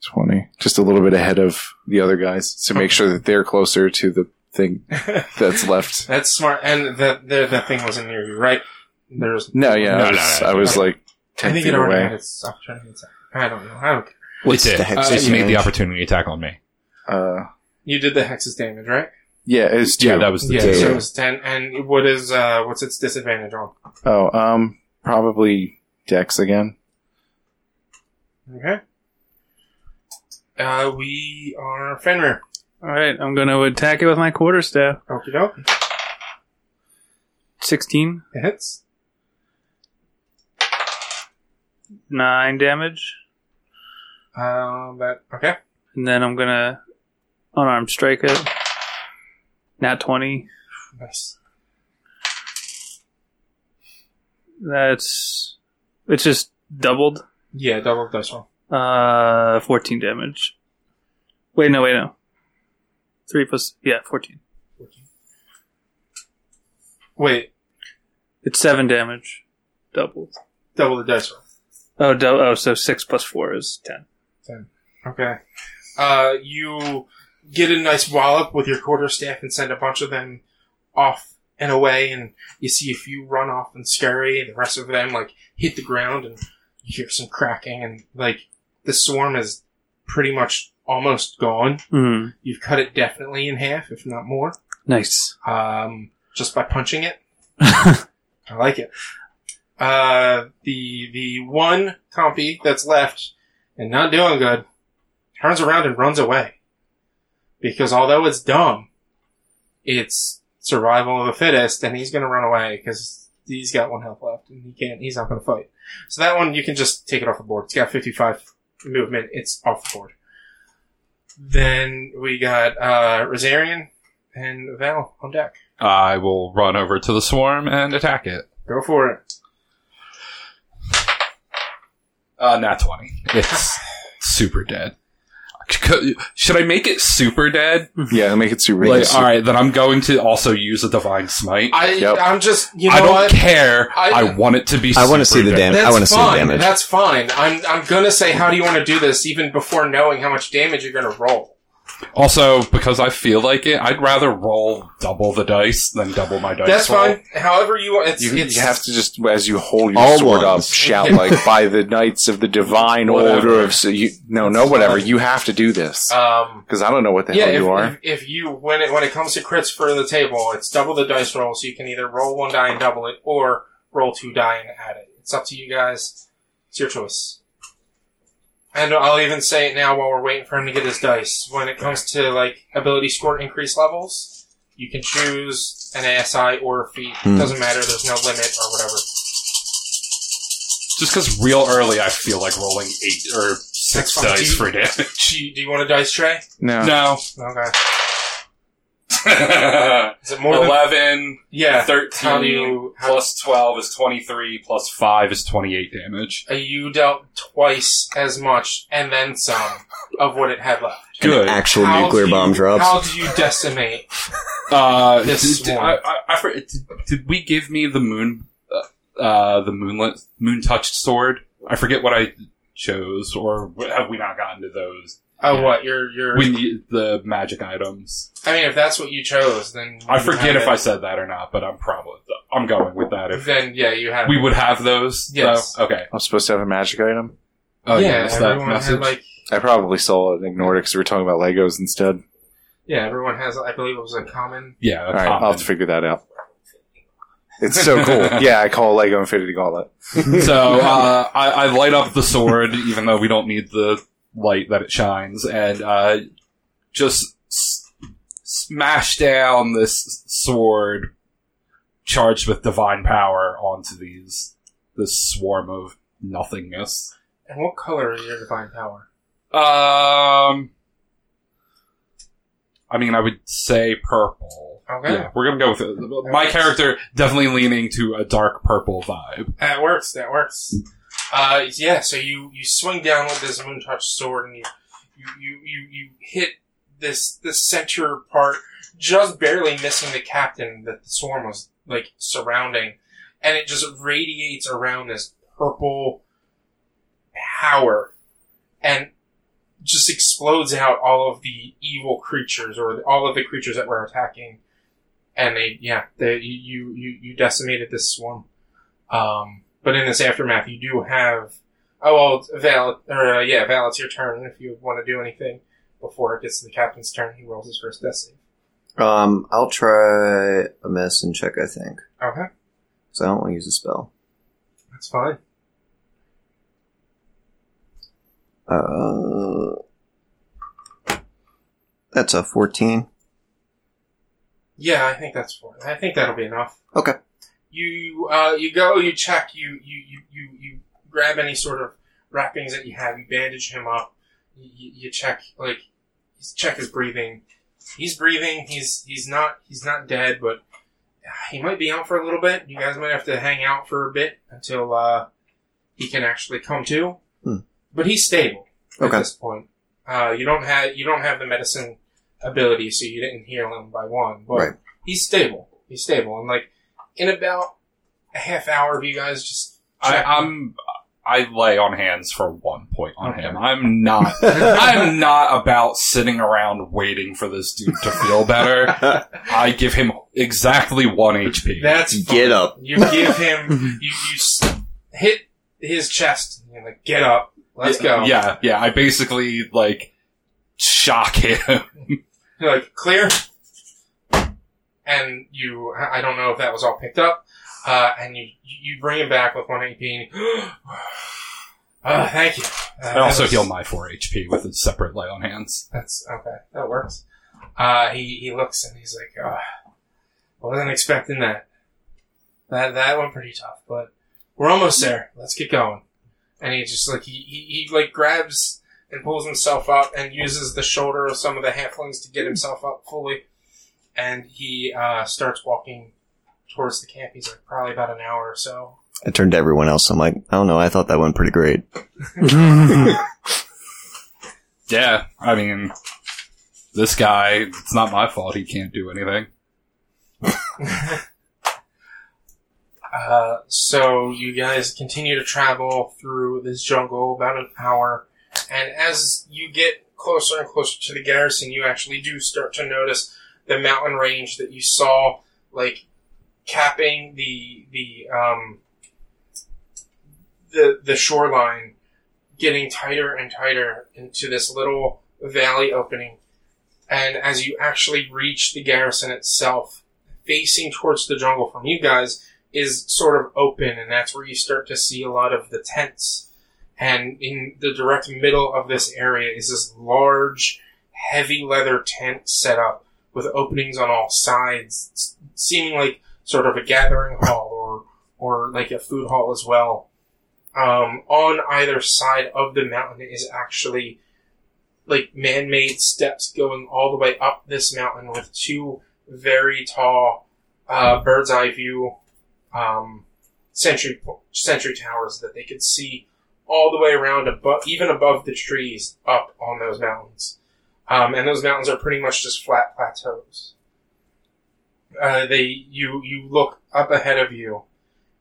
twenty. Just a little bit ahead of the other guys to make sure that they're closer to the thing [laughs] that's left. That's smart. And that there, that thing wasn't near you, right? There's. No, yeah, No, I no, was, no. I was like I ten think feet it already away. had its opportunity attack. I don't know. I don't. Care. What's it the did. hex Uh, you made the advantage? opportunity attack on me. Uh, You did the hex's damage, right? yeah, it was two. Yeah, that was the yeah. two. So it was ten. And what is uh, what's its disadvantage on? oh, um, probably Dex again. Okay. Uh, we are Fenrir. All right, I'm going to attack it with my quarterstaff. Okie doke. 16, It hits. 9 damage. Uh, but okay. And then I'm going to unarmed strike it. Nat 20. Nice. That's. It's just doubled. Yeah, double dice roll. Uh, 14 damage. Wait, no, wait, no. 3 plus. Yeah, 14. Wait, It's 7 damage. Doubled. double the dice roll. Oh, dou- oh, so 6 plus 4 is 10. Okay. Uh, you get a nice wallop with your quarterstaff and send a bunch of them off and away, and you see a few run off and scurry, and the rest of them, like, hit the ground, and you hear some cracking, and, like, the swarm is pretty much almost gone. Mm. You've cut it definitely in half, if not more, Nice. um, just by punching it. I like it. Uh, the the one compy that's left and not doing good turns around and runs away because although it's dumb, it's survival of the fittest, and he's going to run away because he's got one health left and he can't. He's not going to fight. So that one you can just take it off the board. It's got fifty five movement. It's off the board. Then we got uh, Rosarian and Val on deck. I will run over to the swarm and attack it. Go for it. Uh, not 20. [laughs] It's super dead. Could- Should I make it super dead? Yeah, make it super. like, alright, then I'm going to also use a Divine Smite. I, I Yep. I'm just you know don't what. care. I- I, want it to be I want to super see the dead. damage. I That's want to see the fine. damage. That's fine. I'm I'm gonna say how do you want to do this even before knowing how much damage you're gonna roll. Also, because I feel like it, I'd rather roll double the dice than double my dice. That's roll. fine. However you want. It's, You, it's you have to just, as you hold your All sword ones. up, shout like by the knights of the divine Whatever. order of. So you, no, no, whatever. You have to do this Um. because I don't know what the Yeah. hell If, you are. if, if you when it when it comes to crits for the table, it's double the dice roll, so you can either roll one die and double it, or roll two die and add it. It's up to you guys. It's your choice. And I'll even say it now while we're waiting for him to get his dice. When it comes to like ability score increase levels, you can choose an ASI or a feat. Hmm. Doesn't matter. There's no limit or whatever. Just because real early, I feel like rolling eight or six Fuck, dice dude. for damage. Do you, do you want a dice tray? No, [laughs] No. Okay. [laughs] Is it more than 11, yeah? 13, How do you- how- plus 12 is 23, plus 5 is 28 damage. Uh, You dealt twice as much and then some of what it had left. Good. Actual How nuclear do bomb you- drops. How did you decimate? Uh, This did, did, I, swarm. I, I, for- did, did we give me the moon, uh, uh, the moonlit, moon touched sword? I forget what I chose, or have we not gotten to those? Oh, what? Your your. We need the magic items. I mean, if that's what you chose, then I you forget have if it. I said that or not, but I'm probably I'm going with that. If Then yeah, you have. we it. would have those, Yes. though? Okay. I'm supposed to have a magic item. Oh, yeah, yeah, it's that everyone message. had like. I probably saw it and ignored it because we were talking about Legos instead. Yeah, everyone has. I believe it was a common. yeah, All right, I'll common. have to figure that out. [laughs] It's so cool. yeah, I call Lego Infinity Gauntlet. So uh, I, I light up the sword, even though we don't need the light that it shines, and uh, just s- s- smash down this sword charged with divine power onto these this swarm of nothingness. And what color is your divine power? Um, I mean, I would say purple. Okay. Yeah, we're gonna go with it. My works. character definitely leaning to a dark purple vibe. That works. That works. Uh, yeah. So you you swing down with this moon touch sword, and you you you you, you hit this the center part, just barely missing the captain that the swarm was like surrounding, and it just radiates around this purple power, and just explodes out all of the evil creatures or all of the creatures that were attacking, and they yeah they you you you decimated this swarm. Um, but in this aftermath, you do have. Oh well, Val. Or uh, yeah, Val, it's your turn. If you want to do anything before it gets to the captain's turn, he rolls his first death save. Um, I'll try a medicine check, I think. Okay, So I don't want to use a spell. that's fine. Uh, that's a 14. Yeah, I think that's fine. I think that'll be enough. Okay. You uh, you go. You check. You you you you you grab any sort of wrappings that you have. You bandage him up. You, you check like check his breathing. He's breathing. He's he's not he's not dead, but uh, he might be out for a little bit. You guys might have to hang out for a bit until uh, he can actually come to. Hmm. But he's stable at Okay. this point. Uh, you don't have you don't have the medicine ability, so you didn't heal him by one. But Right. he's stable. He's stable, and like in about a half hour of you guys just. I, check- I'm I lay on hands for one point on Okay. him. [laughs] I'm not I'm not about sitting around waiting for this dude to feel better. [laughs] I give him exactly one HP. That's Get up. You give [laughs] him. you you s- hit his chest. And you're like, get up. Let's go. Yeah, yeah. I basically like shock him. You're like, clear. And you, I I don't know if that was all picked up. Uh, and you, you bring him back with one HP. and- [gasps] [sighs] Uh, thank you. Uh, I that also was- heal my four HP with a separate lay on hands. That's okay. That works. Uh, he he looks and he's like, uh, "I wasn't expecting that. That that went pretty tough, but we're almost there. Let's get going." And he just like he he, he like grabs and pulls himself up and uses the shoulder of some of the halflings to get himself up fully, and he uh, starts walking towards the camp. He's like probably about an hour or so. I turned to everyone else. I'm like, I don't know. I thought that went pretty great. Yeah, I mean, this guy. It's not my fault. He can't do anything. [laughs] Uh, so you guys continue to travel through this jungle about an hour, and as you get closer and closer to the garrison, you actually do start to notice the mountain range that you saw, like capping the the um, the the shoreline, getting tighter and tighter into this little valley opening. And as you actually reach the garrison itself, facing towards the jungle from you guys, is sort of open, and that's where you start to see a lot of the tents. And in the direct middle of this area is this large, heavy leather tent set up with openings on all sides, s- seeming like sort of a gathering hall or or like a food hall as well. Um, on either side of the mountain is actually like man-made steps going all the way up this mountain with two very tall uh, bird's eye view um, sentry po- sentry towers that they could see all the way around, above, even above the trees, up on those mountains. Um, and those mountains are pretty much just flat plateaus. Uh, they you you look up ahead of you,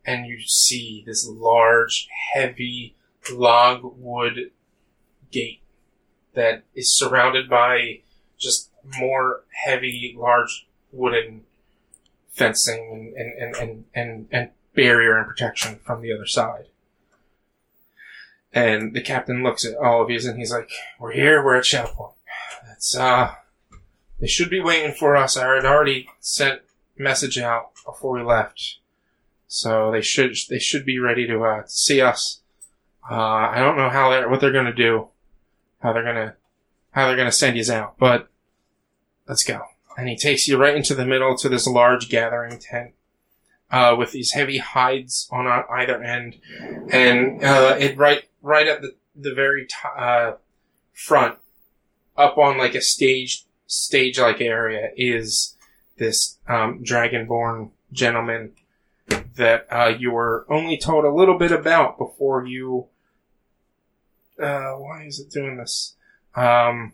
and you see this large, heavy log wood gate that is surrounded by just more heavy, large wooden fencing and, and, and, and, and barrier and protection from the other side. And the captain looks at all of you and he's like, We're here, we're at Shadow Point. That's, uh, they should be waiting for us. I had already sent message out before we left. So they should, they should be ready to, uh, see us. Uh, I don't know how they're, what they're gonna do, how they're gonna, how they're gonna send you out, but let's go. and he takes you right into the middle to this large gathering tent uh, with these heavy hides on uh, either end, and uh, it right right at the the very t- uh, front, up on like a stage stage like area is this um, dragonborn gentleman that uh, you were only told a little bit about before you. Uh, why is it doing this? Um,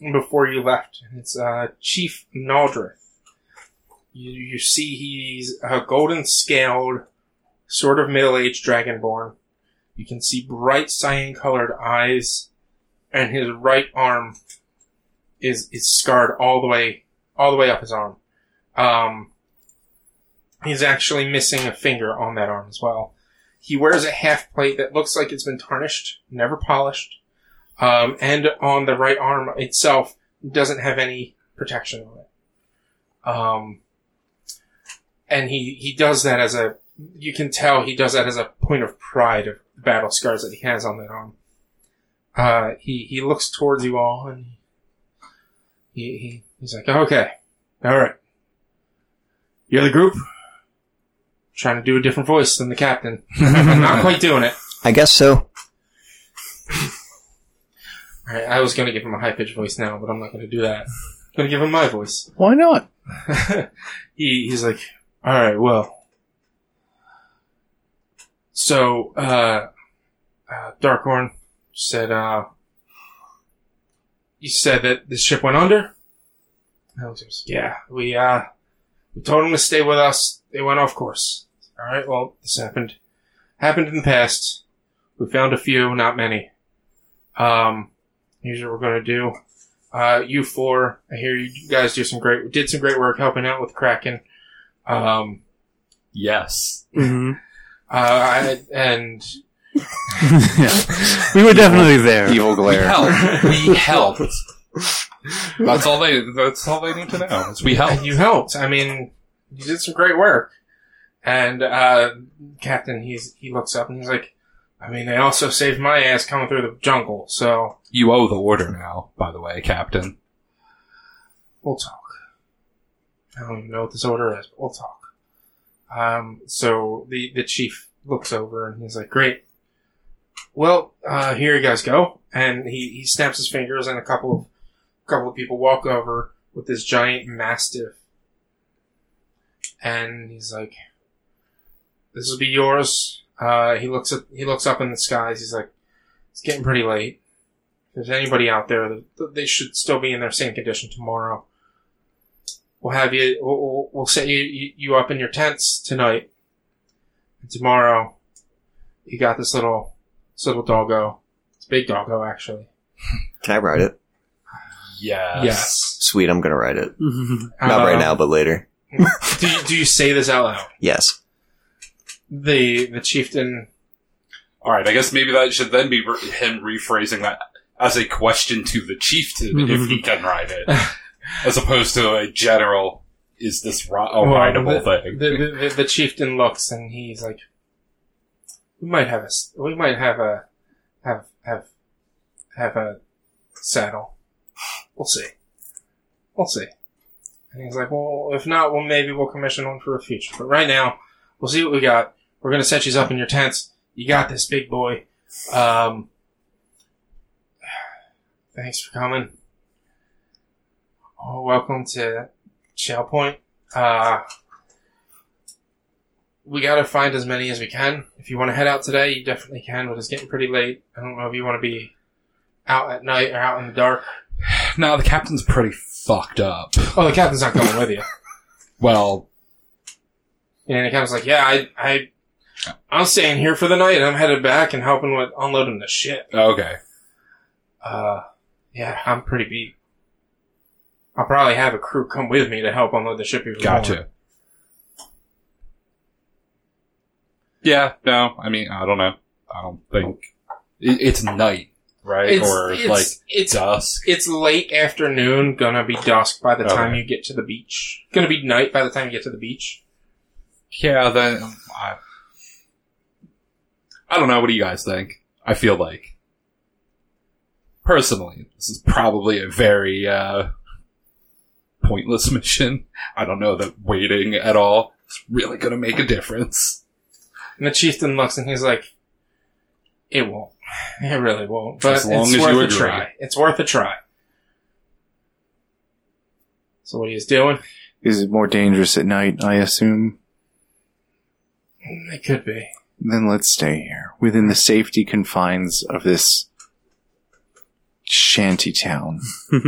before you left, it's uh, Chief Naldrith. You, you see, he's a golden scaled, sort of middle aged dragonborn. You can see bright cyan colored eyes, and his right arm is is scarred all the way all the way up his arm. Um, He's actually missing a finger on that arm as well. He wears a half plate that looks like it's been tarnished, never polished, um, and on the right arm itself doesn't have any protection on it. Um, and he he does that as a you can tell he does that as a point of pride of the battle scars that he has on that arm. Uh, he he looks towards you all and he, he he's like, okay, all right, you're the group trying to do a different voice than the captain. I'm not quite doing it. I guess so. All right, I was going to give him a high pitched voice now, but I'm not going to do that. I'm going to give him my voice. [laughs] Why not? [laughs] he, he's like, all right, well. So, uh, uh, Darkhorn said, uh, you said that the ship went under? I was just, yeah, we, uh, we told them to stay with us. They went off course. All right, well, this happened. Happened in the past. We found a few, not many. Um, here's what we're gonna do. Uh, you four, I hear you guys do some great, did some great work helping out with Kraken. Um, Yes. Mm-hmm. uh, I, and We were definitely there. Evil We [laughs] glare. helped. [laughs] We helped. That's all they. That's all they need to know. is we helped. you helped. I mean, you did some great work. And uh, Captain, he's he looks up and he's like, I mean, they also saved my ass coming through the jungle. So You owe the order now. By the way, Captain. we'll talk. I don't even know what this order is, but we'll talk. Um, so the, the chief looks over and he's like, great. Well, uh, here you guys go. And he, he snaps his fingers and a couple of, couple of people walk over with this giant mastiff. And he's like, this will be yours. Uh, he looks at, he looks up in the skies. He's like, it's getting pretty late. If there's anybody out there, th- th- they should still be in their same condition tomorrow we'll have you we'll- we'll, we'll set you, you you up in your tents tonight and tomorrow you got this little this little doggo it's a big doggo actually Can I ride it? Yes. yes Sweet, I'm gonna ride it. Not right Um, now, but later. do you, do you say this out loud Yes. the the chieftain All right. I guess maybe that should then be re- him rephrasing that as a question to the chieftain Mm-hmm. if he can ride it, as opposed to a general. Is this ri- a rideable the, thing? The, the, the, the chieftain looks and he's like, "We might have a s- we might have a have have have a saddle. We'll see. We'll see." And he's like, "Well, if not, well maybe we'll commission one for a future. But right now, we'll see what we got. We're gonna set you up in your tents. You got this, big boy. Um, [sighs] thanks for coming. Oh, welcome to Shell Point." Uh, we gotta find as many as we can. If you want to head out today, you definitely can, but it's getting pretty late. I don't know if you want to be out at night or out in the dark. no, the captain's pretty fucked up. Oh, the captain's not coming with you. Well, And the captain's like, yeah, I, I, I'm staying here for the night. I'm headed back and helping with unloading the ship. okay. Uh, yeah, I'm pretty beat. I'll probably have a crew come with me to help unload the ship. even more." Gotcha. Yeah, no, I mean, I don't know. I don't think it, it's night, right? It's, or it's, like it's dusk. it's late afternoon, gonna be dusk by the time Okay. you get to the beach. Gonna be night by the time you get to the beach. Yeah, then I, I don't know. What do you guys think? I feel like personally, this is probably a very uh, pointless [laughs] mission. I don't know that waiting at all is really going to make a difference. And the chieftain looks and he's like, "It won't. It really won't. But As long it's as worth you a agree. try. It's worth a try." So what are you doing? Is it more dangerous at night, I assume? It could be. Then let's stay here, within the safety confines of this shanty town. All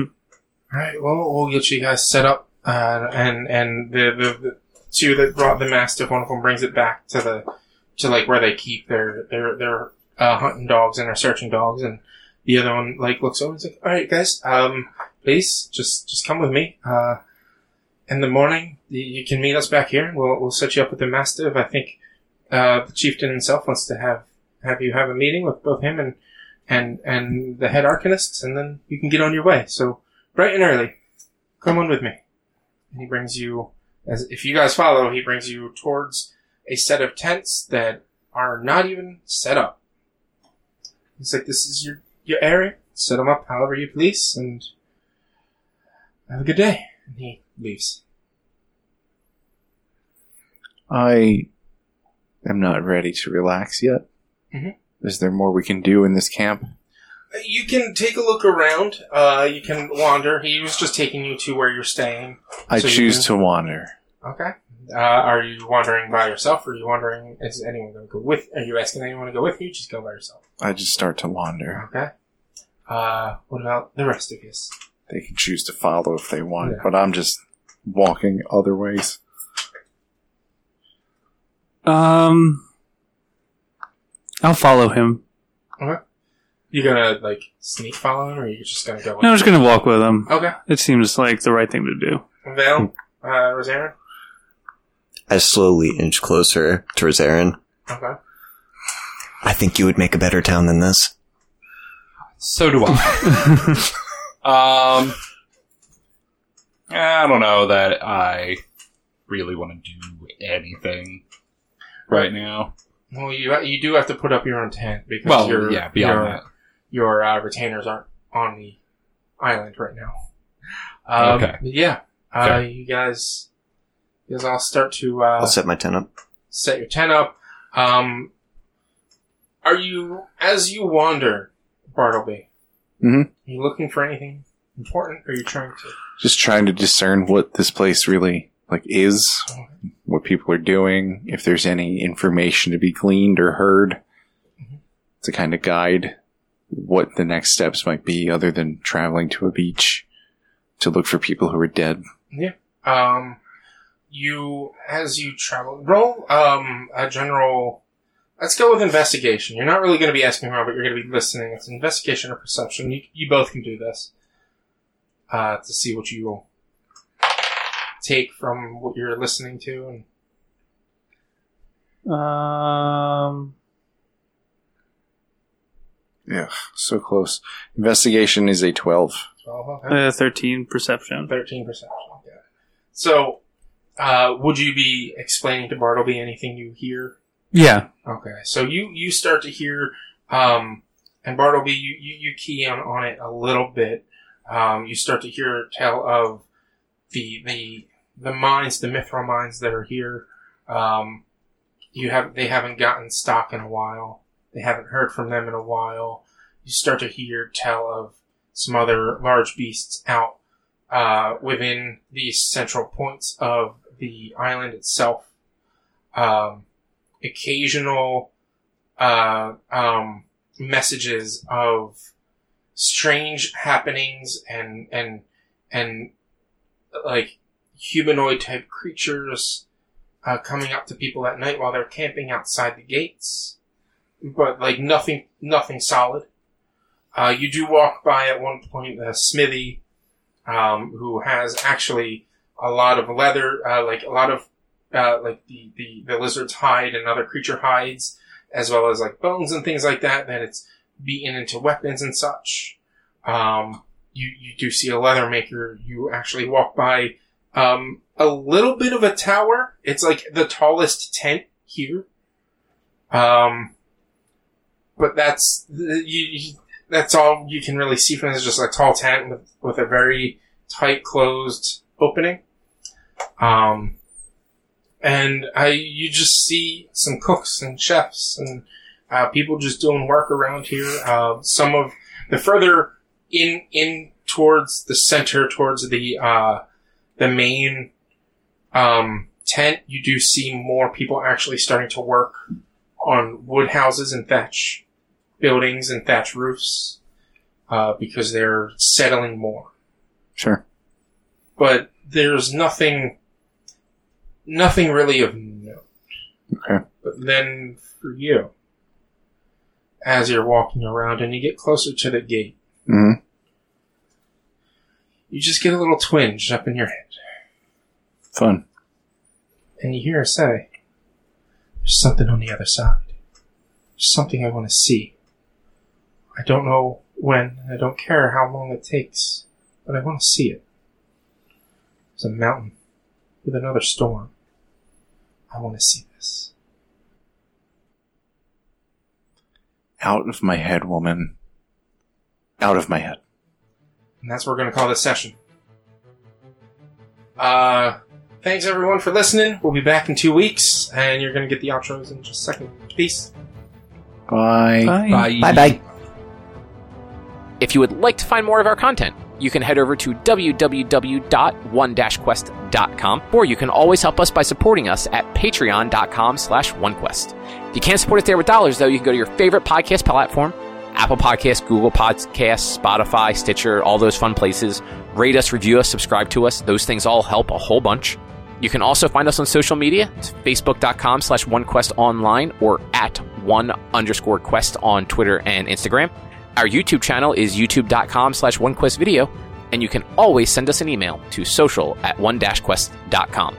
right. Well, we'll get you guys set up, uh, and and the, the the two that brought the mastiff, one of them brings it back to the to like where they keep their their their uh, hunting dogs and their searching dogs, and the other one like looks over and is like, "All right, guys, um, please just just come with me. Uh, in the morning, you, you can meet us back here. We'll we'll set you up with the mastiff. I think uh, the chieftain himself wants to have have you have a meeting with both him and." And, and the head arcanists, and then you can get on your way. So, bright and early. Come on with me. And he brings you, as if you guys follow, he brings you towards a set of tents that are not even set up. He's like, "This is your your area. Set them up however you please, and have a good day." And he leaves. I am not ready to relax yet. Mhm. Is there more we can do in this camp? You can take a look around. Uh, you can wander. He was just taking you to where you're staying. I So you choose can- to wander. Okay. Uh, are you wandering by yourself, or are you wandering? Is anyone going to go with? Are you asking anyone to go with you? Just go by yourself. I just start to wander. Okay. Uh, what about the rest of you? They can choose to follow if they want, Yeah. but I'm just walking other ways. [laughs] Um, I'll follow him. You gonna like sneak follow him, or you just gonna go? With No, I'm just gonna walk with him. Okay. It seems like the right thing to do. Val, uh, Rosanna. I slowly inch closer towards Aaron. Okay. I think you would make a better town than this. So do I. um, I don't know that I really want to do anything right now. Well, you you do have to put up your own tent because Well, your yeah, beyond your, that. your uh, retainers aren't on the island right now. Um, Okay. but Yeah. Uh, Fair. you guys, you guys all start to uh, I'll set my tent up. set your tent up. Um, are you as you wander, Bartleby? Mhm. Are you looking for anything important? Or are you trying to? Just trying to discern what this place really like is, what people are doing, if there's any information to be gleaned or heard Mm-hmm. to kind of guide what the next steps might be other than traveling to a beach to look for people who are dead. Um, you as you travel, roll um a general. Let's go with investigation. You're not really going to be asking around, but you're going to be listening. It's investigation or perception. You, you both can do this uh, to see what you will take from what you're listening to and Um, Yeah, so close. Investigation is a 12. 12. Okay. uh, thirteen perception. Thirteen perception. Yeah. So, uh, would you be explaining to Bartleby anything you hear? Yeah. Okay. So you you start to hear, um, and Bartleby, you you, you key on on it a little bit. Um, you start to hear tell of the the the mines, the mithril mines that are here. Um, you have they haven't gotten stock in a while. They haven't heard from them in a while. You start to hear tell of some other large beasts out uh, within the central points of the island itself. Um, occasional uh, um, messages of strange happenings and and and like humanoid type creatures uh, coming up to people at night while they're camping outside the gates, but like nothing nothing solid. Uh, you do walk by at one point a smithy um, who has actually a lot of leather, uh, like a lot of uh, like the, the the lizard's hide and other creature hides, as well as like bones and things like that. That it's beaten into weapons and such. Um, you you do see a leather maker. You actually walk by um, a little bit of a tower. It's like the tallest tent here. Um, but that's you, you that's all you can really see from this is just a tall tent with, with a very tight closed opening. Um, and I, you just see some cooks and chefs and uh, people just doing work around here. Uh, some of the further in in towards the center, towards the uh, the main um, tent, you do see more people actually starting to work on wood houses and thatch buildings and thatch roofs uh, because they're settling more. Sure. But there's nothing, nothing really of note. Okay. But then for you, as you're walking around and you get closer to the gate, hmm you just get a little twinge up in your head, Fun. and you hear her say, "There's something on the other side. There's something I want to see. I don't know when, and I don't care how long it takes, but I want to see it. It's a mountain with another storm. I want to see this." Out of my head, woman. Out of my head. And that's what we're going to call this session. Uh, thanks everyone for listening. We'll be back in two weeks, and you're going to get the outros in just a second. Peace. Bye. Bye bye. If you would like to find more of our content, you can head over to www.one-quest.com, or you can always help us by supporting us at patreon.com slash onequest. If you can't support us there with dollars, though, you can go to your favorite podcast platform, Apple Podcasts, Google Podcasts, Spotify, Stitcher, all those fun places. Rate us, review us, subscribe to us. Those things all help a whole bunch. You can also find us on social media. It's facebook.com slash onequestonline or at one underscore quest on Twitter and Instagram. Our YouTube channel is youtube.com slash onequestvideo, and you can always send us an email to social at one-quest.com.